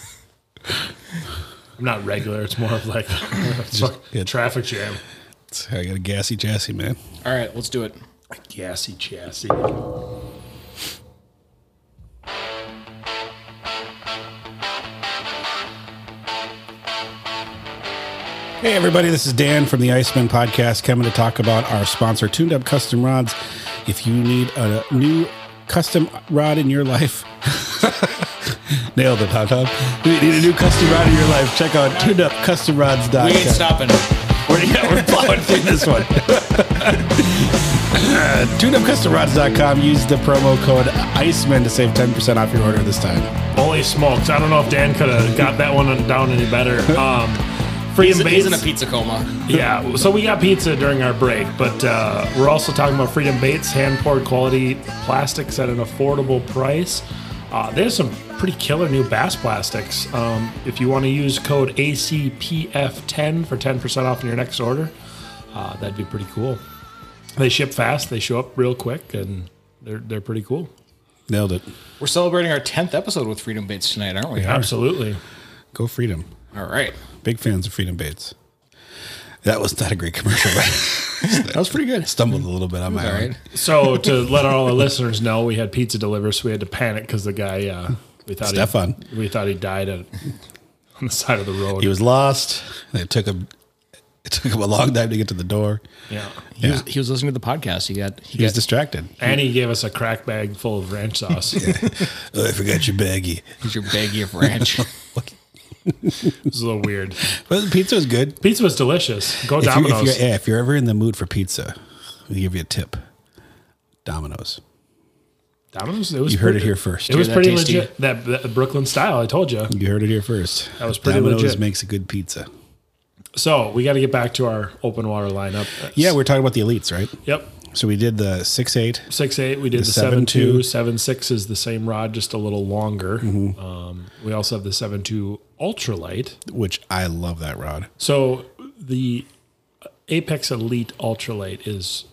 [SPEAKER 3] not regular. It's more of like fuck,
[SPEAKER 1] yeah.
[SPEAKER 3] traffic jam.
[SPEAKER 1] I got a gassy jassy, man.
[SPEAKER 2] All right, let's do it.
[SPEAKER 3] Gassy chassis.
[SPEAKER 1] Hey, everybody, this is Dan from the Iceman Podcast coming to talk about our sponsor, Tuned Up Custom Rods. If you need a new custom rod in your life, nailed it, Tom Tom. If you need a new custom rod in your life, check out tunedupcustomrods.com.
[SPEAKER 2] We ain't stopping.
[SPEAKER 1] We're, yeah, we're plowing through this one. TuneUpCustomRods.com. Use the promo code ICEMAN to save 10% off your order this time.
[SPEAKER 3] Holy smokes. I don't know if Dan could have got that one down any better. Um, free
[SPEAKER 2] He's, he's in a
[SPEAKER 3] Bates-
[SPEAKER 2] pizza coma.
[SPEAKER 3] Yeah, so we got pizza during our break, but uh, we're also talking about Freedom Baits hand poured quality plastics at an affordable price. Uh, there's some pretty killer new bass plastics. Um, if you want to use code ACPF10 for 10% off on your next order, uh, that'd be pretty cool. They ship fast, they show up real quick, and they're, they're pretty cool.
[SPEAKER 1] Nailed it.
[SPEAKER 2] We're celebrating our 10th episode with Freedom Baits tonight, aren't we?
[SPEAKER 3] Absolutely.
[SPEAKER 1] Go Freedom.
[SPEAKER 2] All right.
[SPEAKER 1] Big fans of Freedom Baits. That was not a great commercial, but
[SPEAKER 2] That was pretty good.
[SPEAKER 1] stumbled a little bit on my
[SPEAKER 2] All
[SPEAKER 1] own.
[SPEAKER 2] right.
[SPEAKER 3] So, to let all our listeners know, we had pizza delivered, so we had to panic because the guy, uh, we thought
[SPEAKER 1] Stefan.
[SPEAKER 3] He, we thought he died at, on the side of the road.
[SPEAKER 1] He was lost. It took him. It took him a long time to get to the door.
[SPEAKER 3] yeah.
[SPEAKER 2] He, was, he was listening to the podcast. He got he,
[SPEAKER 1] He was
[SPEAKER 2] got
[SPEAKER 1] distracted.
[SPEAKER 3] And he gave us a crack bag full of ranch sauce. It
[SPEAKER 1] Oh, I forgot your baggie.
[SPEAKER 2] he's your baggie of ranch.
[SPEAKER 3] was a little weird.
[SPEAKER 1] Well, the pizza was good.
[SPEAKER 3] Pizza was delicious. Go
[SPEAKER 1] If you're, if,
[SPEAKER 3] Domino's.
[SPEAKER 1] you're, yeah, if you're ever in the mood for pizza, we give you a tip. Domino's.
[SPEAKER 3] Domino's. It was
[SPEAKER 1] You heard
[SPEAKER 3] pretty-
[SPEAKER 1] it here first.
[SPEAKER 3] It was
[SPEAKER 2] that
[SPEAKER 3] pretty
[SPEAKER 2] tasty.
[SPEAKER 3] legit. That, that Brooklyn style. I told you.
[SPEAKER 1] You heard it here first.
[SPEAKER 3] That was pretty
[SPEAKER 1] Domino's
[SPEAKER 3] legit.
[SPEAKER 1] makes a good pizza.
[SPEAKER 3] So we got to get back to our open water lineup.
[SPEAKER 1] Yeah, we're talking about the elites, right?
[SPEAKER 3] Yep.
[SPEAKER 1] So we did the six eight.
[SPEAKER 3] Six eight. We did the, seven
[SPEAKER 1] seven
[SPEAKER 3] two.
[SPEAKER 1] two. Mm-hmm.
[SPEAKER 3] Seven six is the same rod, just a little longer. Um, we also have the seven two ultralight.
[SPEAKER 1] which I love that rod.
[SPEAKER 3] So the Apex Elite Ultralight is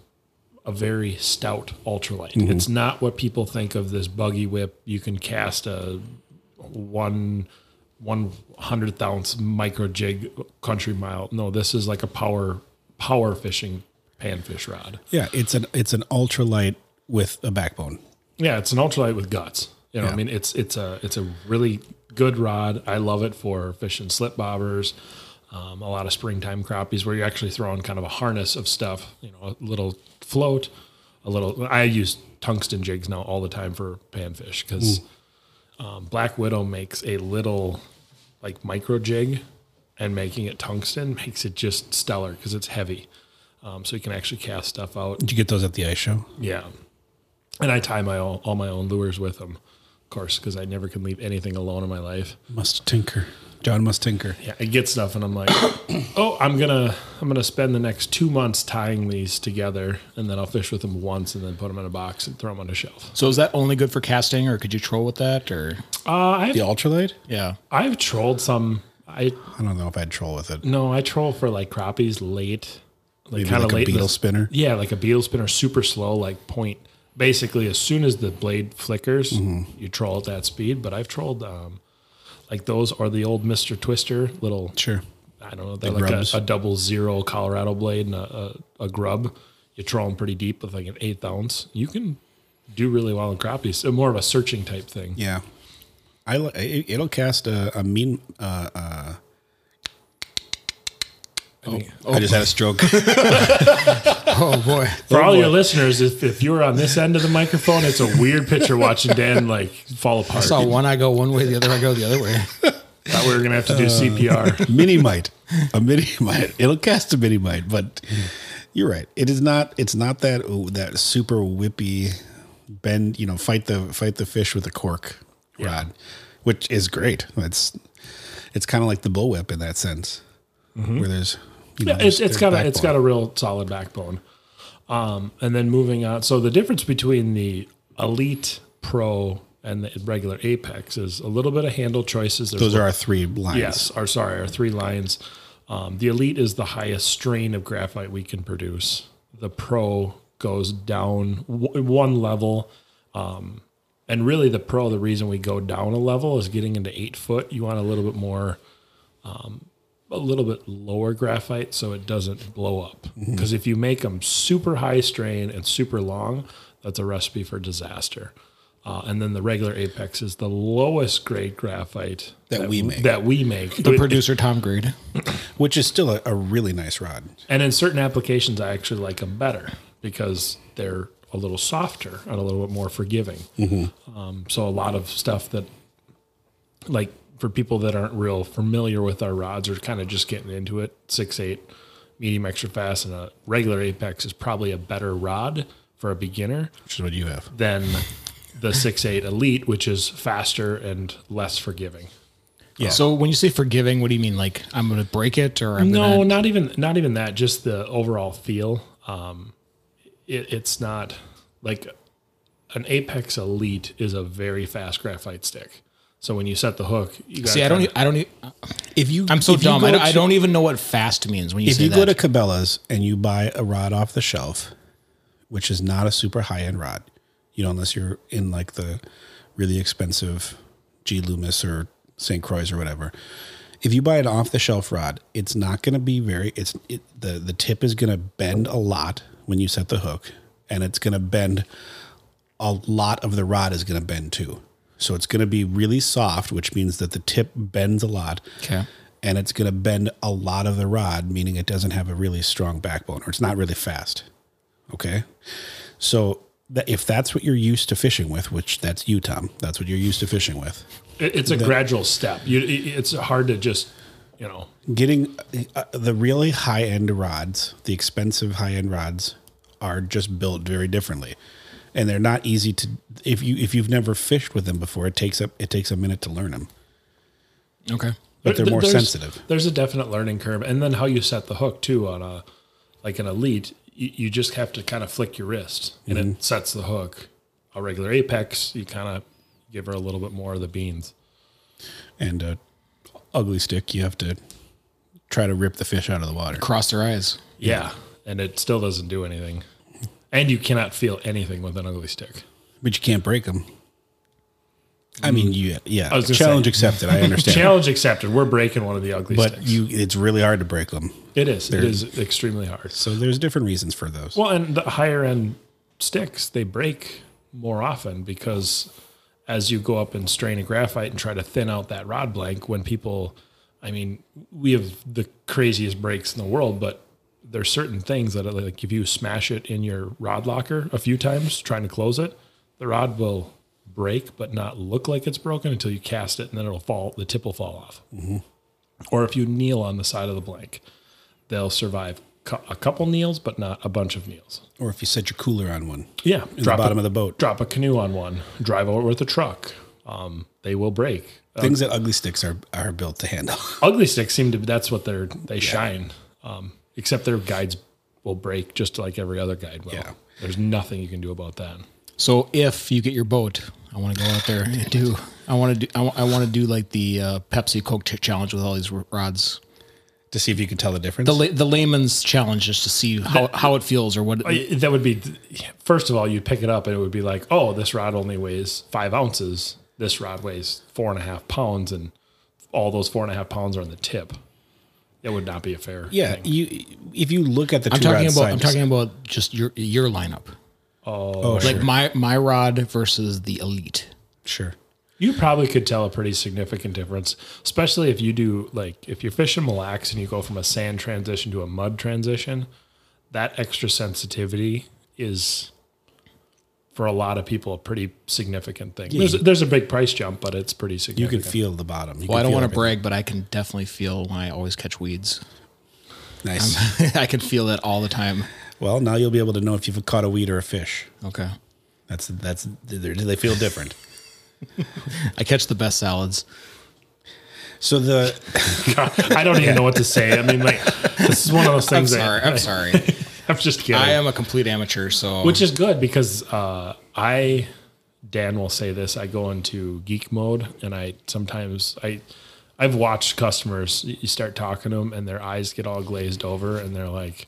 [SPEAKER 3] a very stout ultralight. It's not what people think of this buggy whip. You can cast a one one hundredth ounce micro jig country mile. No, this is like a power power fishing panfish rod.
[SPEAKER 1] Yeah, it's an it's an ultralight with a backbone.
[SPEAKER 3] Yeah, it's an ultralight with guts. You know, I mean, it's it's a it's a really good rod. I love it for fishing slip bobbers. um, a lot of springtime crappies where you're actually throwing kind of a harness of stuff, you know, a little float, a little. I use tungsten jigs now all the time for panfish because um, Black Widow makes a little like micro jig and making it tungsten makes it just stellar because it's heavy. Um, so you can actually cast stuff out.
[SPEAKER 1] Did you get those at the ice show?
[SPEAKER 3] Yeah. And I tie my all, all my own lures with them, of course, because I never can leave anything alone in my life.
[SPEAKER 1] Must tinker. John must tinker.
[SPEAKER 3] Yeah, I get stuff, and I'm like, oh, I'm gonna I'm gonna spend the next two months tying these together, and then I'll fish with them once, and then put them in a box and throw them on a shelf.
[SPEAKER 2] So is that only good for casting, or could you troll with that, or
[SPEAKER 3] Uh, I've
[SPEAKER 1] The ultralight?
[SPEAKER 2] yeah?
[SPEAKER 3] I've trolled some. I
[SPEAKER 1] I don't know if I'd troll with it.
[SPEAKER 3] no, I troll for like crappies late, like
[SPEAKER 1] Maybe
[SPEAKER 3] kind of
[SPEAKER 1] like a
[SPEAKER 3] late. in the-
[SPEAKER 1] beetle spinner.
[SPEAKER 3] Yeah, like a beetle spinner, super slow, like point. Basically, as soon as the blade flickers,
[SPEAKER 1] Mm-hmm.
[SPEAKER 3] you troll at that speed. But I've trolled um, like those or the old Mister Twister little.
[SPEAKER 1] Sure.
[SPEAKER 3] I don't know. They're like
[SPEAKER 1] grubs.
[SPEAKER 3] a, a double zero Colorado blade and a, a, a grub. You troll them pretty deep with like an eighth ounce. You can do really well in crappies. So more of a searching type thing.
[SPEAKER 1] Yeah. I li- it, it'll cast a, a mean. Uh, uh, oh, I just had a stroke.
[SPEAKER 2] Oh boy,
[SPEAKER 3] For all your listeners, if, if you were on this end of the microphone, it's a weird picture watching Dan like fall apart.
[SPEAKER 2] saw one I go one way, the other I go the other way.
[SPEAKER 3] Thought we were gonna have
[SPEAKER 1] Uh,
[SPEAKER 3] to do CPR.
[SPEAKER 1] mini mite, a mini mite. It'll cast a mini mite, but you're right. It is not. It's not that that super whippy bend. You know, fight the fight the fish with a cork rod, which is great. It's it's kind of like the bullwhip in that sense, where there's you know,
[SPEAKER 3] Mm-hmm. Yeah, it's,
[SPEAKER 1] there's-
[SPEAKER 3] it's got a,
[SPEAKER 1] there's
[SPEAKER 3] it's got a
[SPEAKER 1] backbone.
[SPEAKER 3] real solid backbone. Um, and then moving on, so the difference between the elite pro and the regular apex is a little bit of handle choices. There's
[SPEAKER 1] Those are our three lines.
[SPEAKER 3] yes, or sorry, our three lines. Um, the elite is the highest strain of graphite we can produce. The pro goes down w- one level. Um, and really, the pro, the reason we go down a level is getting into eight foot. You want a little bit more, um, a little bit lower graphite so it doesn't blow up.
[SPEAKER 1] Mm-hmm.
[SPEAKER 3] Because if you make them super high strain and super long, that's a recipe for disaster. Uh, and then the regular apex is the lowest grade graphite
[SPEAKER 1] That we make.
[SPEAKER 3] That we make.
[SPEAKER 2] The producer Tom Grade.
[SPEAKER 1] which is still a, a really nice rod.
[SPEAKER 3] And in certain applications, I actually like them better because they're a little softer and a little bit more forgiving. Um, so a lot of stuff that, like for people that aren't real familiar with our rods, are kind of just getting into it. Six eight, medium extra fast, and a regular apex is probably a better rod for a beginner
[SPEAKER 1] Which is what you have.
[SPEAKER 3] than the six eight elite, which is faster and less forgiving.
[SPEAKER 1] Yeah.
[SPEAKER 2] So when you say forgiving, what do you mean? Like I'm going to break it, or I'm
[SPEAKER 3] no,
[SPEAKER 2] gonna,
[SPEAKER 3] not even not even that. Just the overall feel. Um, it, it's not like an Apex Elite is a very fast graphite stick. So when you set the hook, you got
[SPEAKER 2] see. I don't. e- I don't. e-
[SPEAKER 1] If you,
[SPEAKER 2] I'm so
[SPEAKER 1] if you
[SPEAKER 2] dumb.
[SPEAKER 1] go
[SPEAKER 2] I don't, I
[SPEAKER 1] to-
[SPEAKER 2] don't even know what fast means when you
[SPEAKER 1] If
[SPEAKER 2] say
[SPEAKER 1] you
[SPEAKER 2] that.
[SPEAKER 1] go to Cabela's and you buy a rod off the shelf, which is not a super high end rod, you know, unless you're in like the really expensive G Loomis or St. Croix or whatever. If you buy an off the shelf rod, it's not going to be very. It's it, the the tip is going to bend a lot when you set the hook, and it's going to bend a lot of the rod is going to bend too. So it's going to be really soft, which means that the tip bends a lot.
[SPEAKER 2] Okay.
[SPEAKER 1] And it's going to bend a lot of the rod, meaning it doesn't have a really strong backbone or it's not really fast. Okay. So that, if that's what you're used to fishing with, which that's you, Tom, that's what you're used to fishing with,
[SPEAKER 3] It, it's a gradual step. You, it, it's hard to just, you know,
[SPEAKER 1] getting uh, the really high end rods, the expensive high end rods, are just built very differently, and they're not easy to if you if you've never fished with them before. It takes up it takes a minute to learn them,
[SPEAKER 2] okay.
[SPEAKER 1] but they're
[SPEAKER 3] There-
[SPEAKER 1] more
[SPEAKER 3] there's-
[SPEAKER 1] sensitive.
[SPEAKER 3] There's a definite learning curve, and then how you set the hook too on a like an elite. You, you just have to kind of flick your wrist, and
[SPEAKER 1] Mm-hmm.
[SPEAKER 3] it sets the hook. A regular apex, you kind of give her a little bit more of the beans.
[SPEAKER 1] And a ugly stick, you have to try to rip the fish out of the water.
[SPEAKER 2] Cross their eyes.
[SPEAKER 3] Yeah, and it still doesn't do anything. And you cannot feel anything with an ugly stick.
[SPEAKER 1] But you can't break them. I mean, you yeah.
[SPEAKER 3] was gonna
[SPEAKER 1] Challenge
[SPEAKER 3] say-
[SPEAKER 1] accepted. I understand.
[SPEAKER 3] Challenge accepted. We're breaking one of the ugly
[SPEAKER 1] but
[SPEAKER 3] sticks.
[SPEAKER 1] you, it's really hard to break them.
[SPEAKER 3] it is. It is extremely hard.
[SPEAKER 1] So there's different reasons for those.
[SPEAKER 3] Well, and the higher end sticks, they break more often because as you go up and strain a graphite and try to thin out that rod blank, when people, I mean, we have the craziest breaks in the world, but there's certain things that are like if you smash it in your rod locker a few times trying to close it, the rod will break but not look like it's broken until you cast it and then it'll fall the tip will fall off. Or if you kneel on the side of the blank, they'll survive cou- a couple kneels but not a bunch of kneels.
[SPEAKER 1] Or if you set your cooler on one.
[SPEAKER 3] Yeah,
[SPEAKER 1] the bottom of the boat.
[SPEAKER 3] Drop a canoe on one. Drive over it with a truck. Um, they will break. Uh,
[SPEAKER 1] Things that ugly sticks are, are built to handle.
[SPEAKER 3] Ugly sticks seem to. That's what they're they shine. Um, except their guides will break just like every other guide will.
[SPEAKER 1] Yeah.
[SPEAKER 3] There's nothing you can do about that.
[SPEAKER 2] So if you get your boat, I want to go out there and do. I want to do. I want to do like the uh, Pepsi Coke t- challenge with all these r- rods.
[SPEAKER 1] to see if you can tell the difference.
[SPEAKER 2] The la- the layman's challenge just to see how, how it feels or what.
[SPEAKER 1] Oh,
[SPEAKER 3] I- That would be first of all you'd pick it up and it would be like, oh, this rod only weighs five ounces. This rod weighs four and a half pounds, and all those four and a half pounds are on the tip. That would not be a fair.
[SPEAKER 1] yeah,
[SPEAKER 3] thing.
[SPEAKER 1] you if you look at the
[SPEAKER 2] I'm
[SPEAKER 1] two
[SPEAKER 2] talking
[SPEAKER 1] rods
[SPEAKER 2] about.
[SPEAKER 1] side
[SPEAKER 2] I'm
[SPEAKER 1] by
[SPEAKER 2] talking about just your your lineup.
[SPEAKER 1] Oh,
[SPEAKER 2] Like
[SPEAKER 1] sure.
[SPEAKER 2] my my rod versus the elite.
[SPEAKER 1] sure.
[SPEAKER 3] You probably could tell a pretty significant difference, especially if you do like if you're fishing Mille Lacs and you go from a sand transition to a mud transition. That extra sensitivity is for a lot of people a pretty significant thing. There's, there's a big price jump, but it's pretty
[SPEAKER 1] You can
[SPEAKER 3] significant.
[SPEAKER 1] feel the bottom. You
[SPEAKER 2] Well, I
[SPEAKER 1] can
[SPEAKER 2] don't
[SPEAKER 1] feel
[SPEAKER 2] want to brag, but I can definitely feel when I always catch weeds.
[SPEAKER 1] everything. Nice.
[SPEAKER 2] I can feel that all the time.
[SPEAKER 1] well, now you'll be able to know if you've caught a weed or a fish.
[SPEAKER 2] Okay.
[SPEAKER 1] That's that's. Do they- do they feel different?
[SPEAKER 2] I catch the best salads.
[SPEAKER 1] So the
[SPEAKER 3] I don't even know what to say. I mean, like this is one of those
[SPEAKER 2] I'm
[SPEAKER 3] things.
[SPEAKER 2] sorry.
[SPEAKER 3] that,
[SPEAKER 2] I'm sorry.
[SPEAKER 3] I'm just kidding.
[SPEAKER 2] I am a complete amateur, so
[SPEAKER 3] which is good because uh, I, Dan will say this. I go into geek mode, and I sometimes I, I've watched customers. y- You start talking to them, and their eyes get all glazed over, and they're like,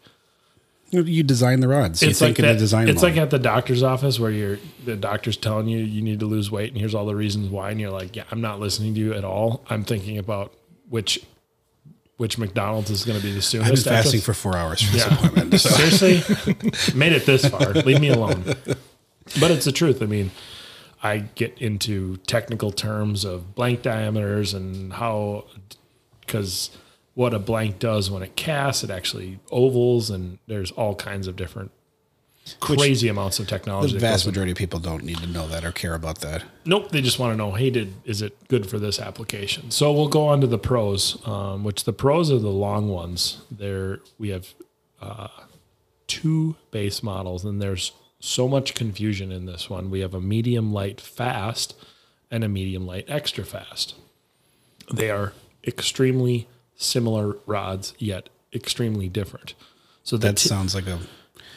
[SPEAKER 1] you design the rods. You
[SPEAKER 3] "It's like
[SPEAKER 1] think in
[SPEAKER 3] that,
[SPEAKER 1] the design.
[SPEAKER 3] It's
[SPEAKER 1] line.
[SPEAKER 3] like at the doctor's office where you're the doctor's telling you you need to lose weight, and here's all the reasons why, and you're like, yeah, I'm not listening to you at all. I'm thinking about which, which McDonald's is going to be the soonest.
[SPEAKER 1] I've been
[SPEAKER 3] after-
[SPEAKER 1] fasting for four hours for this
[SPEAKER 3] Yeah.
[SPEAKER 1] appointment. So
[SPEAKER 3] Seriously, made it this far. Leave me alone. But it's the truth. I mean, I get into technical terms of blank diameters and how, because what a blank does when it casts, it actually ovals, and there's all kinds of different crazy amounts of technology.
[SPEAKER 1] the
[SPEAKER 3] that goes
[SPEAKER 1] vast majority of people don't need to know that or care about that.
[SPEAKER 3] Nope, they just want to know, hey, did is it good for this application? So we'll go on to the pros, um, which the pros are the long ones. There we have uh, two base models, and there's so much confusion in this one. We have a medium light fast and a medium light extra fast. They are extremely similar rods, yet extremely different. So
[SPEAKER 1] That
[SPEAKER 3] that's
[SPEAKER 1] sounds like a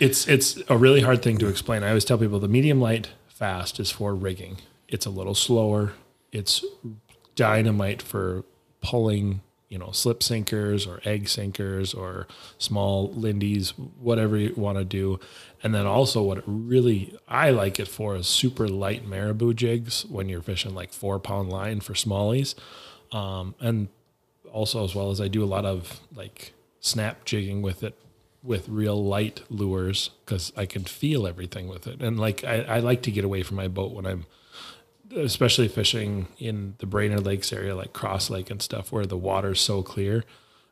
[SPEAKER 3] it's it's a really hard thing to explain. I always tell people the medium light fast is for rigging. It's a little slower. It's dynamite for pulling, you know, slip sinkers or egg sinkers or small lindies, whatever you want to do. And then also what it really I like it for is super light marabou jigs when you're fishing like four pound line for smallies. Um, and also as well as I do a lot of like snap jigging with it with real light lures because I can feel everything with it. And like I, I like to get away from my boat when I'm especially fishing in the Brainerd Lakes area, like Cross Lake and stuff, where the water's so clear.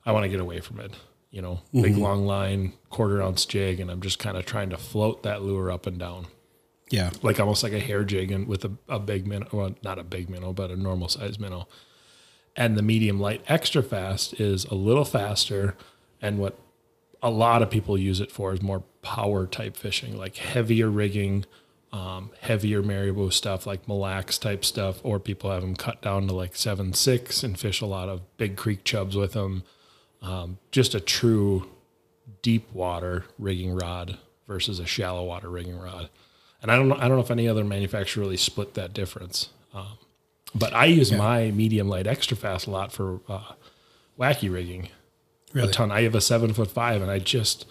[SPEAKER 3] I want to get away from it. You know, big long line, quarter ounce jig, and I'm just kind of trying to float that lure up and down
[SPEAKER 1] yeah.
[SPEAKER 3] like almost like a hair jig and with a, a big minnow, well, not a big minnow, but a normal size minnow. And the medium light extra fast is a little faster. And what a lot of people use it for is more power type fishing, like heavier rigging, um, heavier Maribou stuff, like Mille Lacs type stuff, or people have them cut down to like seven, six and fish a lot of big creek chubs with them. Um, just a true deep water rigging rod versus a shallow water rigging rod. And I don't know, I don't know if any other manufacturer really split that difference. Um, but I use my medium light extra fast a lot for uh, wacky rigging. A ton. I have a seven foot five, and I just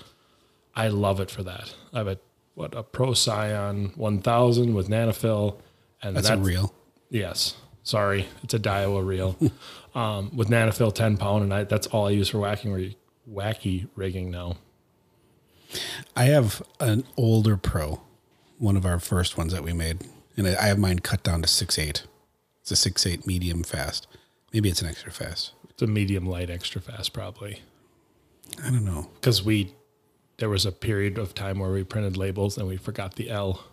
[SPEAKER 3] I love it for that. I have a what a Pro Scion one thousand with nanofil, and
[SPEAKER 1] That's, a real.
[SPEAKER 3] Yes. Sorry, it's a Daiwa reel um, with nanofil ten pound, and I, that's all I use for whacking rig- wacky rigging now.
[SPEAKER 1] I have an older pro, one of our first ones that we made, and I I have mine cut down to six eight. It's a six eight medium fast. Maybe it's an extra fast.
[SPEAKER 3] It's a medium light, extra fast, probably.
[SPEAKER 1] I don't know.
[SPEAKER 3] Because we, there was a period of time where we printed labels and we forgot the L.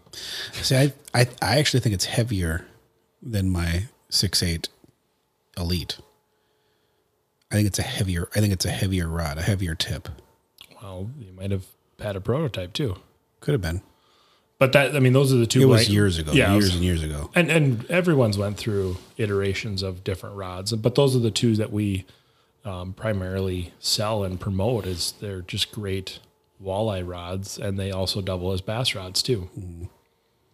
[SPEAKER 1] See, I, I, I actually think it's heavier than my six eight elite. I think it's a heavier. I think it's a heavier rod, a heavier tip.
[SPEAKER 3] Well, you might have had a prototype too.
[SPEAKER 1] Could have been.
[SPEAKER 3] But that, I mean, those are the two.
[SPEAKER 1] It was
[SPEAKER 3] like-
[SPEAKER 1] years ago.
[SPEAKER 3] Yeah, it
[SPEAKER 1] years
[SPEAKER 3] was-
[SPEAKER 1] and years ago.
[SPEAKER 3] and and everyone's went through iterations of different rods, but those are the two that we um, primarily sell and promote. Is they're just great walleye rods, and they also double as bass rods too.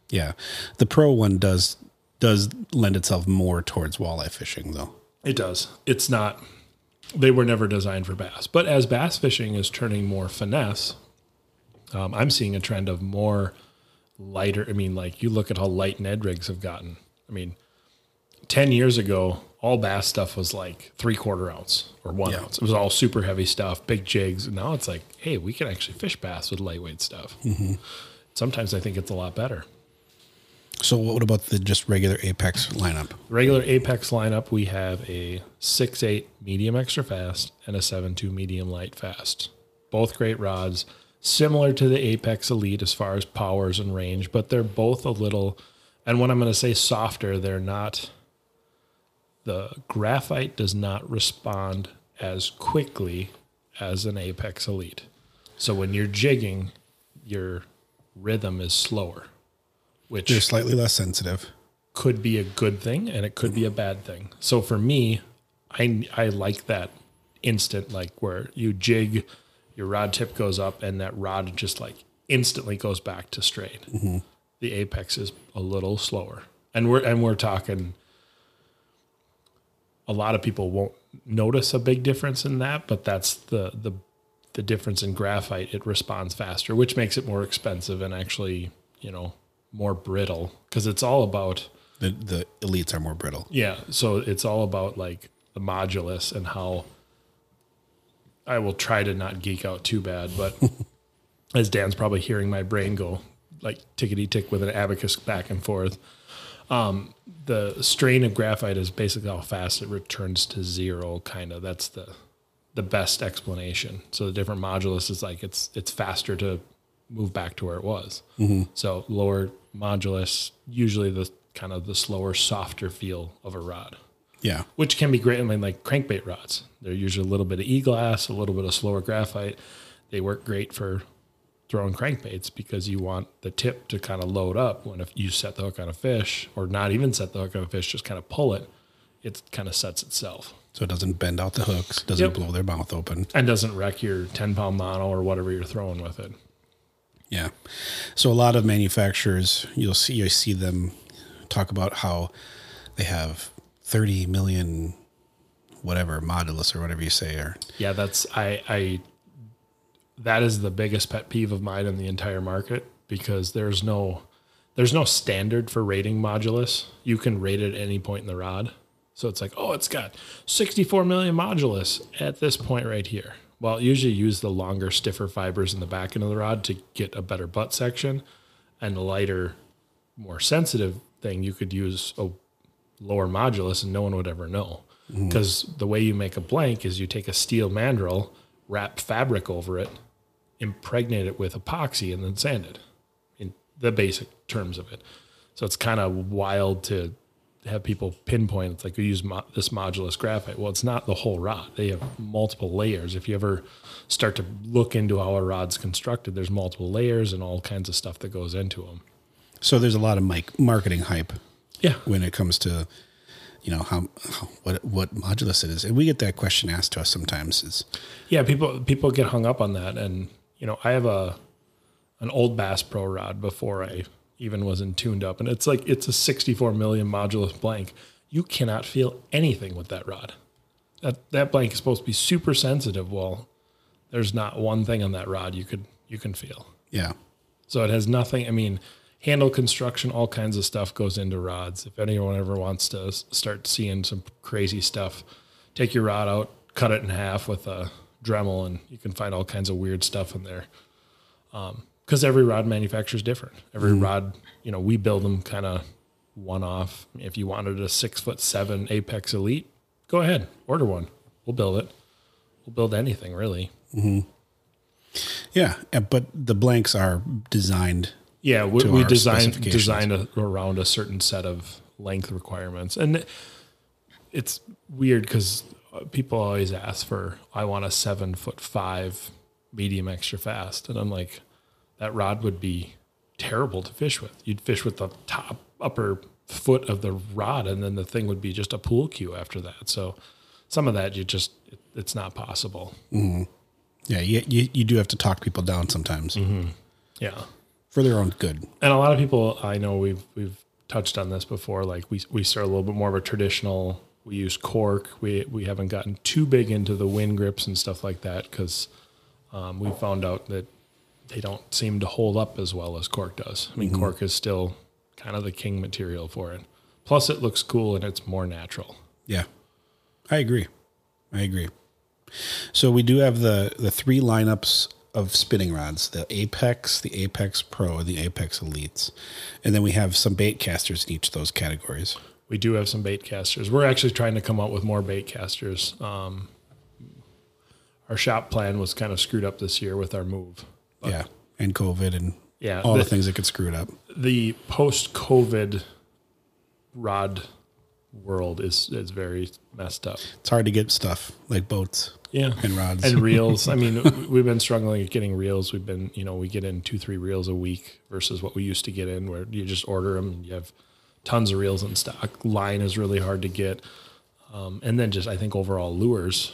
[SPEAKER 1] Yeah, the pro one does does lend itself more towards walleye fishing though.
[SPEAKER 3] It does. It's not. They were never designed for bass, but as bass fishing is turning more finesse, um, I'm seeing a trend of more lighter. I mean, like you look at how light Ned rigs have gotten. I mean, ten years ago, all bass stuff was like three quarter ounce or one ounce. It was all super heavy stuff, big jigs. And now it's like, hey, we can actually fish bass with lightweight stuff. Sometimes I think it's a lot better.
[SPEAKER 1] So what about the just regular apex lineup?
[SPEAKER 3] regular apex lineup we have a 6-8 medium extra fast and a 7-2 medium light fast both great rods similar to the apex elite as far as powers and range but they're both a little and when i'm going to say softer they're not the graphite does not respond as quickly as an apex elite so when you're jigging your rhythm is slower which
[SPEAKER 1] They're slightly less sensitive.
[SPEAKER 3] could be a good thing and it could be a bad thing. So for me, I I like that instant like where you jig, your rod tip goes up and that rod just like instantly goes back to straight. The apex is a little slower. And we're and we're talking a lot of people won't notice a big difference in that, but that's the the the difference in graphite. It responds faster, which makes it more expensive and actually, you know, more brittle because it's all about
[SPEAKER 1] The the elites are more brittle.
[SPEAKER 3] yeah. So it's all about like the modulus and how I will try to not geek out too bad, but as Dan's probably hearing my brain go like tickety tick with an abacus back and forth. Um, the strain of graphite is basically how fast it returns to zero, kind of. That's the the best explanation. So the different modulus is like it's it's faster to move back to where it was. So lower modulus, usually the kind of the slower, softer feel of a rod,
[SPEAKER 1] Yeah.
[SPEAKER 3] which can be great. I mean, like crankbait rods, they're usually a little bit of e glass, a little bit of slower graphite. They work great for throwing crankbaits because you want the tip to kind of load up when if you set the hook on a fish or not even set the hook on a fish, just kind of pull it. It kind of sets itself
[SPEAKER 1] So it doesn't bend out the hooks, doesn't
[SPEAKER 3] Yep.
[SPEAKER 1] blow their mouth open.
[SPEAKER 3] and doesn't wreck your 10 pound mono or whatever you're throwing with it.
[SPEAKER 1] Yeah. So a lot of manufacturers, you'll see you see them talk about how they have 30 million whatever modulus or whatever you say or
[SPEAKER 3] Yeah, that's I I that is the biggest pet peeve of mine in the entire market because there's no there's no standard for rating modulus. You can rate it at any point in the rod. So it's like, oh, it's got 64 million modulus at this point right here. Well, usually use the longer, stiffer fibers in the back end of the rod to get a better butt section and a lighter, more sensitive thing. You could use a lower modulus and no one would ever know. Because the way you make a blank is you take a steel mandrel, wrap fabric over it, impregnate it with epoxy, and then sand it in the basic terms of it. So it's kind of wild to have people pinpoint. It's like we use mo- this modulus graphite. Well, it's not the whole rod. They have multiple layers. If you ever start to look into how a rod's constructed, there's multiple layers and all kinds of stuff that goes into them.
[SPEAKER 1] so there's a lot of mic marketing hype
[SPEAKER 3] Yeah,
[SPEAKER 1] when it comes to you know how, how what what modulus it is. And we get that question asked to us sometimes is
[SPEAKER 3] Yeah, people people get hung up on that, and you know, I have a an old Bass Pro rod before I even was in tuned up, and it's like it's a 64 million modulus blank. You cannot feel anything with that rod. That that blank is supposed to be super sensitive. Well, there's not one thing on that rod you could you can feel.
[SPEAKER 1] yeah.
[SPEAKER 3] So it has nothing. I mean, handle construction, all kinds of stuff goes into rods. If anyone ever wants to s- start seeing some crazy stuff, take your rod out, cut it in half with a Dremel, and you can find all kinds of weird stuff in there. Because every rod manufacturer is different. Every rod, you know, we build them kind of one off. If you wanted a six foot seven Apex Elite, go ahead, order one. We'll build it. We'll build anything really.
[SPEAKER 1] Yeah, and- but the blanks are designed.
[SPEAKER 3] Yeah, we,
[SPEAKER 1] to
[SPEAKER 3] we
[SPEAKER 1] our
[SPEAKER 3] designed
[SPEAKER 1] specifications.
[SPEAKER 3] designed a, around a certain set of length requirements, and it's weird because people always ask for I want a seven foot five medium extra fast, and I'm like, that rod would be terrible to fish with. You'd fish with the top upper foot of the rod, and then the thing would be just a pool cue after that. So some of that you just it, it's not possible.
[SPEAKER 1] Yeah, you, you, you do have to talk people down sometimes
[SPEAKER 2] Mm-hmm.
[SPEAKER 3] Yeah.
[SPEAKER 1] for their own good.
[SPEAKER 3] and a lot of people I know we've we've touched on this before. Like we we start a little bit more of a traditional. We use cork. We we haven't gotten too big into the wind grips and stuff like that because um, we found out that they don't seem to hold up as well as cork does. I mean, cork is still kind of the king material for it. Plus, it looks cool and it's more natural.
[SPEAKER 1] Yeah, I agree. I agree. So we do have the the three lineups of spinning rods: the Apex, the Apex Pro, and the Apex Elites, and then we have some bait casters in each of those categories.
[SPEAKER 3] We do have some bait casters. We're actually trying to come out with more bait casters. Um, our shop plan was kind of screwed up this year with our move.
[SPEAKER 1] yeah, and COVID and
[SPEAKER 3] Yeah,
[SPEAKER 1] all the,
[SPEAKER 3] the-
[SPEAKER 1] things that could screw it up.
[SPEAKER 3] the post COVID rod world is is very messed up.
[SPEAKER 1] It's hard to get stuff like boats
[SPEAKER 3] Yeah.
[SPEAKER 1] and rods.
[SPEAKER 3] And reels. I mean, w- we've been struggling at getting reels. We've been, you know, we get in two, three reels a week versus what we used to get in, where you just order them and you have tons of reels in stock. Line is really hard to get. Um, and then just, I think overall lures,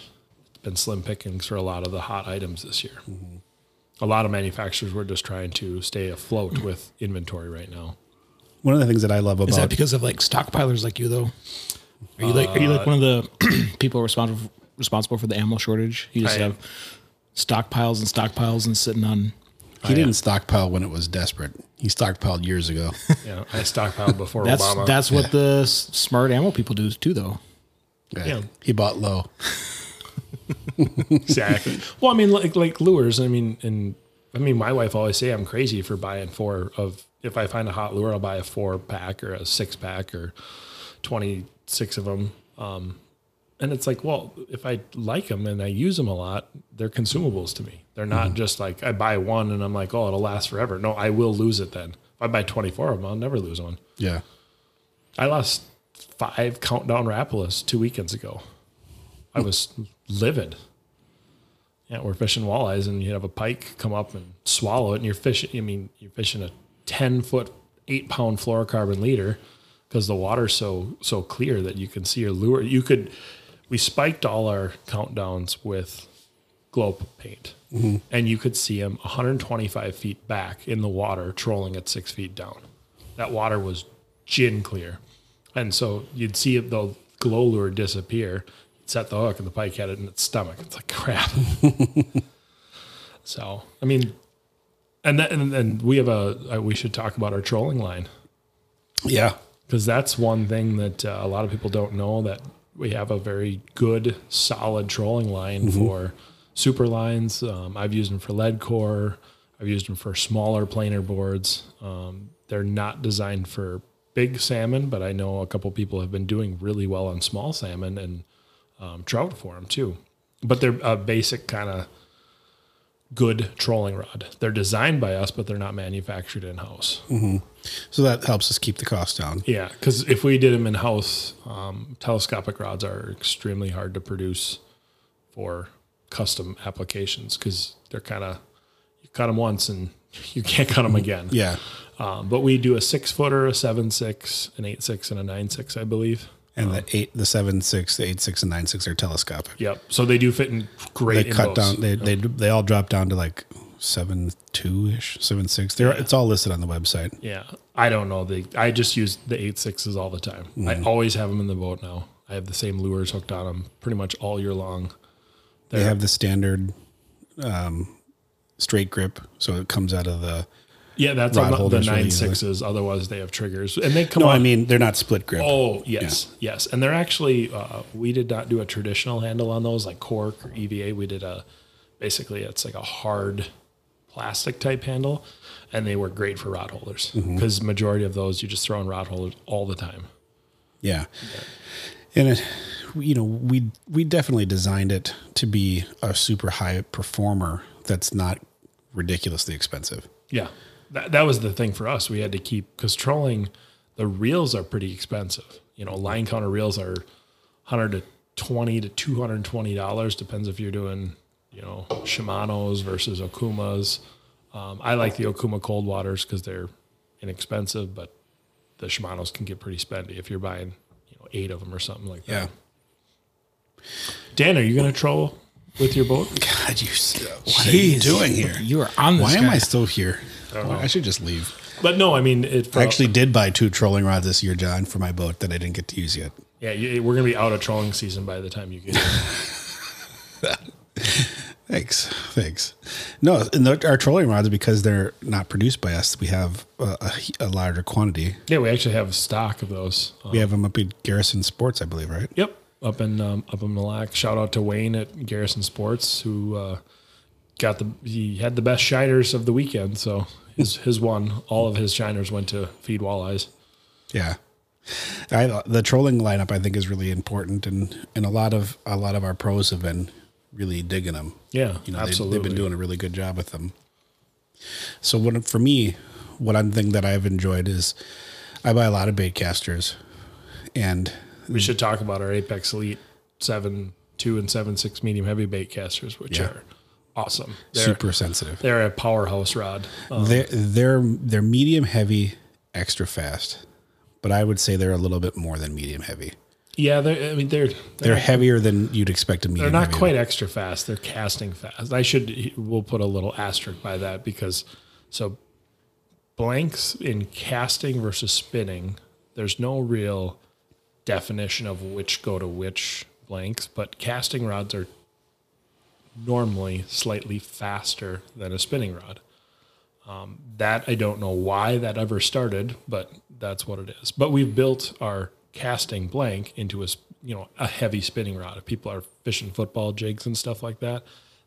[SPEAKER 3] it's been slim pickings for a lot of the hot items this year.
[SPEAKER 1] Mm-hmm.
[SPEAKER 3] A lot of manufacturers were just trying to stay afloat with inventory right now.
[SPEAKER 1] One of the things that I love
[SPEAKER 2] Is that
[SPEAKER 1] about
[SPEAKER 2] because of like stockpilers like you though? Are you like are you like one of the people responsible responsible for the ammo shortage? You just
[SPEAKER 3] I am.
[SPEAKER 2] have stockpiles and stockpiles and sitting on. uh,
[SPEAKER 1] he didn't stockpile when it was desperate. He stockpiled years ago.
[SPEAKER 3] Yeah, I stockpiled before
[SPEAKER 2] That's
[SPEAKER 3] Obama.
[SPEAKER 2] that's what the s- smart ammo people do too though.
[SPEAKER 1] Yeah. He bought low.
[SPEAKER 3] exactly. well, I mean, like like lures. I mean, and I mean, my wife always say I'm crazy for buying four of. If I find a hot lure, I'll buy a four pack or a six pack or twenty six of them. Um, and it's like, well, if I like them and I use them a lot, they're consumables to me. They're not just like I buy one and I'm like, oh, it'll last forever. No, I will lose it then. If I buy twenty four of them, I'll never lose one.
[SPEAKER 1] Yeah.
[SPEAKER 3] I lost five countdown Rapalas two weekends ago. I was livid. Yeah, we're fishing walleyes, and you have a pike come up and swallow it, and you're fishing. I mean, you're fishing a ten foot, eight pound fluorocarbon leader because the water's so so clear that you can see your lure. You could. We spiked all our countdowns with glow paint, and you could see them 125 feet back in the water, trolling at six feet down that water was gin clear. And so you'd see the glow lure disappear, set the hook, and the pike had it in its stomach. It's like crap. so I mean, and that, and then we have a uh, we should talk about our trolling line
[SPEAKER 1] Yeah.
[SPEAKER 3] because that's one thing that uh, a lot of people don't know that we have a very good solid trolling line for super lines um, i've used them for lead core i've used them for smaller planer boards um, they're not designed for big salmon but i know a couple people have been doing really well on small salmon and um, trout for them too but they're a basic kind of good trolling rod they're designed by us but they're not manufactured in-house
[SPEAKER 1] So that helps us keep the cost down.
[SPEAKER 3] yeah, because if we did them in house, um, telescopic rods are extremely hard to produce for custom applications because they're kind of you cut them once and you can't cut them again.
[SPEAKER 1] Mm-hmm. Yeah.
[SPEAKER 3] Um, but we do a six footer, a seven six, an eight six, and a nine six, I believe.
[SPEAKER 1] And the eight, the seven six, the eight six, and nine six are telescopic.
[SPEAKER 3] Yep. So they do fit in
[SPEAKER 1] They
[SPEAKER 3] great. in
[SPEAKER 1] cut
[SPEAKER 3] bows.
[SPEAKER 1] down. They, they they all drop down to like seven two ish, seven six. They're it's all listed on the website.
[SPEAKER 3] Yeah, I don't know. The I just use the eight sixes all the time. I
[SPEAKER 1] Mm-hmm.
[SPEAKER 3] always have them in the boat now. I have the same lures hooked on them pretty much all year long.
[SPEAKER 1] They have the standard um, straight grip, so it comes out of the.
[SPEAKER 3] Yeah, that's
[SPEAKER 1] rod
[SPEAKER 3] on the- the
[SPEAKER 1] holders really
[SPEAKER 3] nine
[SPEAKER 1] use it.
[SPEAKER 3] sixes. Otherwise, they have triggers, and they come.
[SPEAKER 1] No,
[SPEAKER 3] on.
[SPEAKER 1] I mean they're not split grip.
[SPEAKER 3] oh yes, yes, and they're actually. Uh, we did not do a traditional handle on those like cork or EVA. We did a basically it's like a hard plastic type handle, and they work great for rod holders
[SPEAKER 1] Mm-hmm.
[SPEAKER 3] because majority of those you just throw in rod holders all the time.
[SPEAKER 1] Yeah. And it, you know we we definitely designed it to be a super high performer that's not ridiculously expensive.
[SPEAKER 3] Yeah. That, that was the thing for us. We had to keep because trolling the reels are pretty expensive. You know, line counter reels are 100 to 20 to 220 dollars depends if you're doing, you know, Shimano's versus Okuma's. Um, I like the Okuma cold waters cuz they're inexpensive, but the Shimano's can get pretty spendy if you're buying, you know, 8 of them or something like that.
[SPEAKER 1] Oh,
[SPEAKER 3] Dan, are you going to troll with your boat?
[SPEAKER 1] God, you what are you doing here?
[SPEAKER 2] You are on this
[SPEAKER 1] Why am
[SPEAKER 2] guy.
[SPEAKER 1] I still here? Well, I should just leave.
[SPEAKER 3] But no, I mean, it
[SPEAKER 1] I actually did buy two trolling rods this year, John, for my boat that I didn't get to use yet.
[SPEAKER 3] yeah, you, we're going to be out of trolling season by the time you get here.
[SPEAKER 1] Thanks, thanks. No, and the, our trolling rods because they're not produced by us. We have a, a, a larger quantity.
[SPEAKER 3] Yeah, we actually have stock of those. Um,
[SPEAKER 1] We have them up at Garrison Sports, I believe, right?
[SPEAKER 3] Yep, up in um, up in Mille Lacs. Shout out to Wayne at Garrison Sports who uh, got the he had the best shiners of the weekend. So his his one, all of his shiners went to feed walleyes.
[SPEAKER 1] Yeah. I, the trolling lineup I think is really important, and and a lot of a lot of our pros have been really digging them.
[SPEAKER 3] Yeah,
[SPEAKER 1] you know, they,
[SPEAKER 3] absolutely.
[SPEAKER 1] they've been doing a really good job with them. So what for me, what I'm thing that I've enjoyed is I buy a lot of bait casters, and
[SPEAKER 3] We should talk about our Apex Elite seven two and seven six medium heavy bait casters, which
[SPEAKER 1] Yeah.
[SPEAKER 3] are awesome. They're,
[SPEAKER 1] super sensitive.
[SPEAKER 3] They're a powerhouse rod. Um,
[SPEAKER 1] They're they're they're medium heavy, extra fast, but I would say they're a little bit more than medium heavy.
[SPEAKER 3] yeah, they're, I mean they're
[SPEAKER 1] They're heavier than you'd expect a medium.
[SPEAKER 3] They're not
[SPEAKER 1] heavy.
[SPEAKER 3] quite extra fast. They're casting fast. I should. We'll put a little asterisk by that because so blanks in casting versus spinning. There's no real definition of which go to which blanks, but casting rods are normally slightly faster than a spinning rod. Um, that I don't know why that ever started, but that's what it is. But we've built our casting blank into a s- you know a heavy spinning rod. If people are fishing football jigs and stuff like that,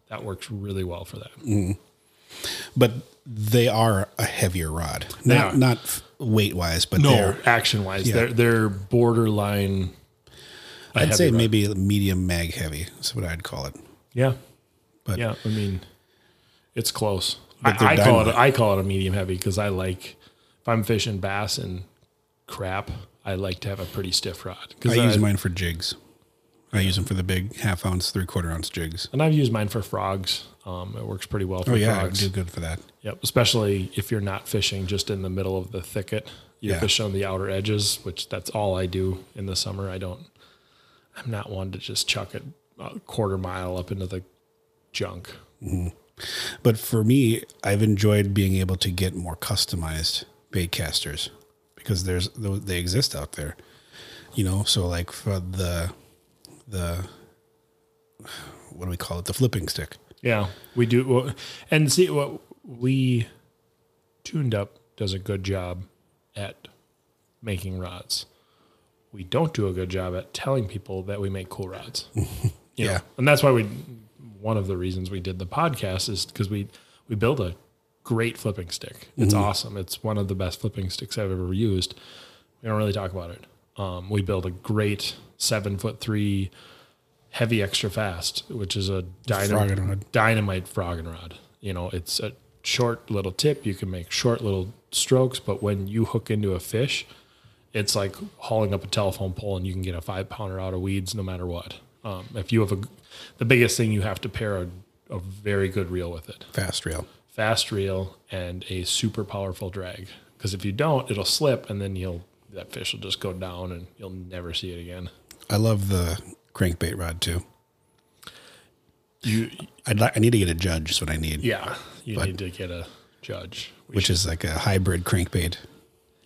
[SPEAKER 3] that works really well for that.
[SPEAKER 1] but they are a heavier rod. Not
[SPEAKER 3] are.
[SPEAKER 1] not weight wise, but
[SPEAKER 3] No,
[SPEAKER 1] they're
[SPEAKER 3] action wise,
[SPEAKER 1] Yeah.
[SPEAKER 3] they're they're borderline. a
[SPEAKER 1] I'd
[SPEAKER 3] heavy
[SPEAKER 1] say
[SPEAKER 3] rod.
[SPEAKER 1] maybe medium mag heavy. That's what I'd call it.
[SPEAKER 3] yeah,
[SPEAKER 1] But-
[SPEAKER 3] yeah, I mean, it's close.
[SPEAKER 1] they're
[SPEAKER 3] I, I call it
[SPEAKER 1] dynamite.
[SPEAKER 3] I call it a medium heavy because I like if I'm fishing bass and crap, I like to have a pretty stiff rod.
[SPEAKER 1] I
[SPEAKER 3] Because
[SPEAKER 1] use mine for jigs. I use them for the big half ounce, three quarter ounce jigs.
[SPEAKER 3] and I've used mine for frogs. Um, it works pretty well for
[SPEAKER 1] Oh yeah, I
[SPEAKER 3] frogs.
[SPEAKER 1] do good for that.
[SPEAKER 3] Yep, especially if you're not fishing just in the middle of the thicket. You're
[SPEAKER 1] Yeah.
[SPEAKER 3] fishing on the outer edges, which that's all I do in the summer. I don't. I'm not one to just chuck it a quarter mile up into the junk.
[SPEAKER 1] But for me, I've enjoyed being able to get more customized bait casters because there's tho- they exist out there. You know, so like for the the what do we call it? The flipping stick.
[SPEAKER 3] Yeah, we do. well, And see what we tuned up does a good job at making rods. We don't do a good job at telling people that we make cool rods. You
[SPEAKER 1] Yeah.
[SPEAKER 3] and that's why we. One of the reasons we did the podcast is because we we built a great flipping stick. It's awesome. It's one of the best flipping sticks I've ever used. We don't really talk about it. Um, we built a great seven foot three heavy extra fast, which is a dynamite
[SPEAKER 1] Frog and rod.
[SPEAKER 3] dynamite frog and rod. You know, it's a short little tip. You can make short little strokes, but when you hook into a fish, it's like hauling up a telephone pole, and you can get a five pounder out of weeds no matter what. Um, if you have a, the biggest thing you have to pair a, a very good reel with it
[SPEAKER 1] Fast reel.
[SPEAKER 3] fast reel and a super powerful drag. Because if you don't, it'll slip, and then you'll that fish will just go down, and you'll never see it again.
[SPEAKER 1] I love the crankbait rod too.
[SPEAKER 3] You,
[SPEAKER 1] I'd li- I need to get a judge. Is what I need.
[SPEAKER 3] yeah, you need to get a judge. We
[SPEAKER 1] which
[SPEAKER 3] should-
[SPEAKER 1] is like a hybrid crankbait,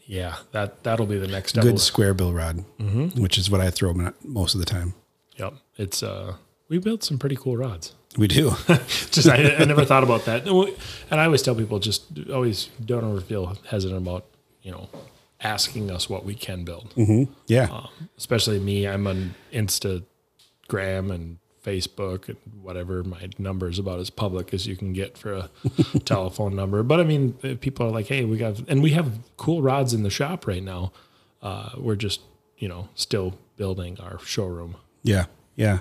[SPEAKER 3] yeah, that that'll be the next step.
[SPEAKER 1] good square bill rod,
[SPEAKER 2] Mm-hmm.
[SPEAKER 1] which is what I throw mo- most of the time.
[SPEAKER 3] Yep, it's uh, we built some pretty cool rods.
[SPEAKER 1] We do.
[SPEAKER 3] Just I, I never thought about that, No, and I always tell people just always don't ever feel hesitant about you know asking us what we can build.
[SPEAKER 1] yeah.
[SPEAKER 3] especially me i'm on instagram and facebook and whatever my number is about as public as you can get for a telephone number but i mean uh, people are like hey we got and we have cool rods in the shop right now uh, we're just you know still building our showroom
[SPEAKER 1] Yeah, yeah.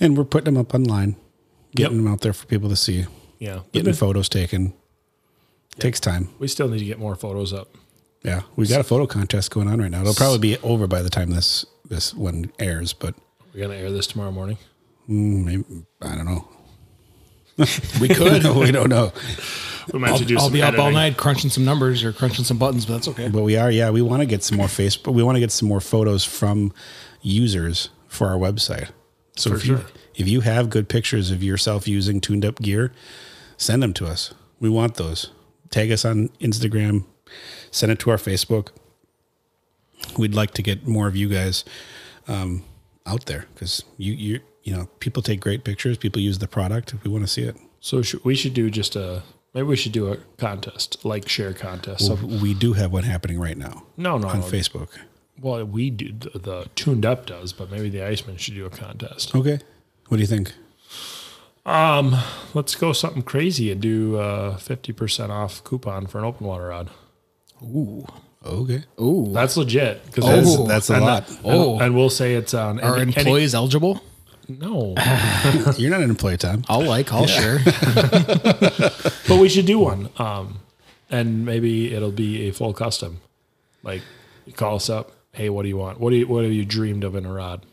[SPEAKER 1] And we're putting them up online, getting them out there for people to see,
[SPEAKER 3] Yeah.
[SPEAKER 1] getting photos taken. Takes time.
[SPEAKER 3] We still need to get more photos up.
[SPEAKER 1] Yeah, we got a photo contest going on right now. It'll probably be over by the time this this one airs, but
[SPEAKER 3] We're going to air this tomorrow morning.
[SPEAKER 1] mm, maybe, I don't know.
[SPEAKER 2] We could.
[SPEAKER 1] we don't know,
[SPEAKER 3] We might have to do
[SPEAKER 2] I'll, I'll
[SPEAKER 3] some
[SPEAKER 2] be up all
[SPEAKER 3] editing.
[SPEAKER 2] night crunching some numbers or crunching some buttons, but that's okay.
[SPEAKER 1] but we are. Yeah, we want to get some more Facebook. We want to get some more photos from users for our website. So
[SPEAKER 3] For
[SPEAKER 1] if you
[SPEAKER 3] sure.
[SPEAKER 1] if you have good pictures of yourself using tuned up gear, send them to us. We want those. Tag us on Instagram. Send it to our Facebook. We'd like to get more of you guys um, out there because you you you know people take great pictures. People use the product. We want to see it.
[SPEAKER 3] So should, we should do just a maybe we should do a contest, like share contest. So,
[SPEAKER 1] We do have one happening right now
[SPEAKER 3] no, no,
[SPEAKER 1] on
[SPEAKER 3] no.
[SPEAKER 1] Facebook.
[SPEAKER 3] Well, we do the, the tuned up does, but maybe the Iceman should do a contest.
[SPEAKER 1] Okay, what do you think?
[SPEAKER 3] Um, let's go something crazy and do uh fifty percent off coupon for an open water rod.
[SPEAKER 2] Ooh.
[SPEAKER 1] Okay.
[SPEAKER 2] Ooh.
[SPEAKER 3] That's legit because
[SPEAKER 1] That's, that's a
[SPEAKER 3] and
[SPEAKER 1] lot.
[SPEAKER 3] and-
[SPEAKER 2] Oh.
[SPEAKER 3] and we'll say it's on
[SPEAKER 2] Are
[SPEAKER 3] any- any-
[SPEAKER 2] employees eligible?
[SPEAKER 3] no,
[SPEAKER 1] You're not an employee, Tom.
[SPEAKER 2] I'll like, I'll share.
[SPEAKER 3] but we should do one. Um, and maybe it'll be a full custom. Like, you call us up. Hey, what do you want? What do you, what have you dreamed of in a rod?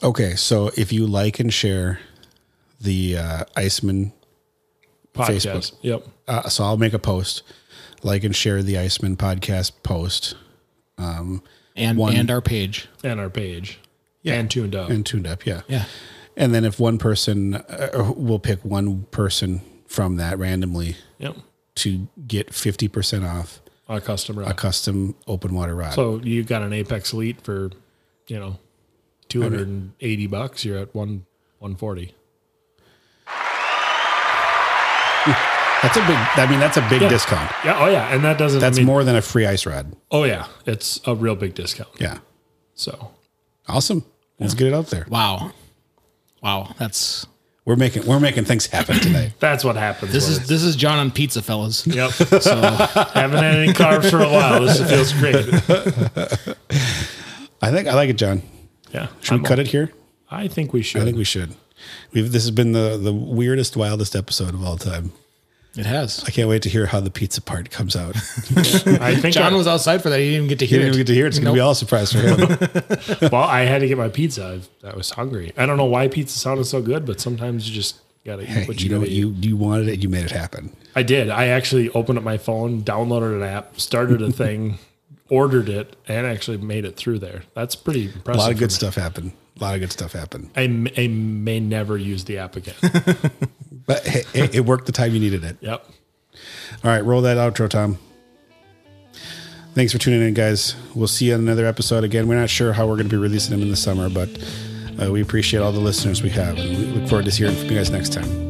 [SPEAKER 1] Okay, so if you like and share the uh, Iceman,
[SPEAKER 3] Podcast.
[SPEAKER 1] Facebook.
[SPEAKER 3] Yep.
[SPEAKER 1] uh, so I'll make a post, like and share the Iceman podcast post
[SPEAKER 2] And
[SPEAKER 1] One.
[SPEAKER 2] and our page.
[SPEAKER 3] And our page.
[SPEAKER 1] Yeah.
[SPEAKER 3] And tuned up.
[SPEAKER 1] and tuned up. Yeah.
[SPEAKER 2] Yeah.
[SPEAKER 1] And then if one person, uh, we'll pick one person from that randomly
[SPEAKER 3] yep.
[SPEAKER 1] to get 50% off
[SPEAKER 3] Our custom
[SPEAKER 1] a
[SPEAKER 3] rod.
[SPEAKER 1] custom open water rod.
[SPEAKER 3] So you got an Apex Elite for, you know, 280 bucks. You're at one 140.
[SPEAKER 1] that's a big, I mean, that's a big
[SPEAKER 3] Yeah.
[SPEAKER 1] discount.
[SPEAKER 3] Yeah. Oh, yeah. And that doesn't. I
[SPEAKER 1] That's
[SPEAKER 3] mean-
[SPEAKER 1] more than a free ice rod.
[SPEAKER 3] Oh, yeah. It's a real big discount.
[SPEAKER 1] Yeah.
[SPEAKER 3] So
[SPEAKER 1] Awesome. Let's get it out there.
[SPEAKER 2] Wow. Wow. That's
[SPEAKER 1] We're making, we're making things happen tonight.
[SPEAKER 3] that's what happens.
[SPEAKER 2] this
[SPEAKER 3] when
[SPEAKER 2] is this is John on pizza, fellas.
[SPEAKER 3] it's- Yep.
[SPEAKER 2] So
[SPEAKER 3] Haven't had any carbs for a while. This feels great.
[SPEAKER 1] I think I like it, John.
[SPEAKER 3] Yeah.
[SPEAKER 1] Should we cut it here?
[SPEAKER 3] I think we should.
[SPEAKER 1] I think we should. We've this has been the the weirdest, wildest episode of all time.
[SPEAKER 2] it has.
[SPEAKER 1] I can't wait to hear how the pizza part comes out.
[SPEAKER 3] I think
[SPEAKER 2] John
[SPEAKER 3] I-
[SPEAKER 2] was outside for that. He didn't even get to
[SPEAKER 1] You
[SPEAKER 2] hear
[SPEAKER 1] didn't
[SPEAKER 2] it.
[SPEAKER 1] even get to hear it. It's gonna be
[SPEAKER 2] Nope.
[SPEAKER 1] all a surprise for him.
[SPEAKER 3] well. I had to get my pizza. I, I was hungry. I don't know why pizza sounded so good, but sometimes you just gotta eat what
[SPEAKER 1] you
[SPEAKER 3] you,
[SPEAKER 1] know,
[SPEAKER 3] gotta eat.
[SPEAKER 1] you you wanted it, you made it happen.
[SPEAKER 3] I did. I actually opened up my phone, downloaded an app, started a thing, ordered it, and actually made it through there. That's pretty impressive.
[SPEAKER 1] A lot of
[SPEAKER 3] for
[SPEAKER 1] good
[SPEAKER 3] me.
[SPEAKER 1] stuff happened. A lot of good stuff happened.
[SPEAKER 3] I, m- I may never use the app again.
[SPEAKER 1] But hey, hey, it worked the time you needed it.
[SPEAKER 3] yep.
[SPEAKER 1] All right, roll that outro, Tom. Thanks for tuning in, guys. We'll see you on another episode. Again, we're not sure how we're going to be releasing them in the summer, but uh, we appreciate all the listeners we have, and we look forward to hearing from you guys next time.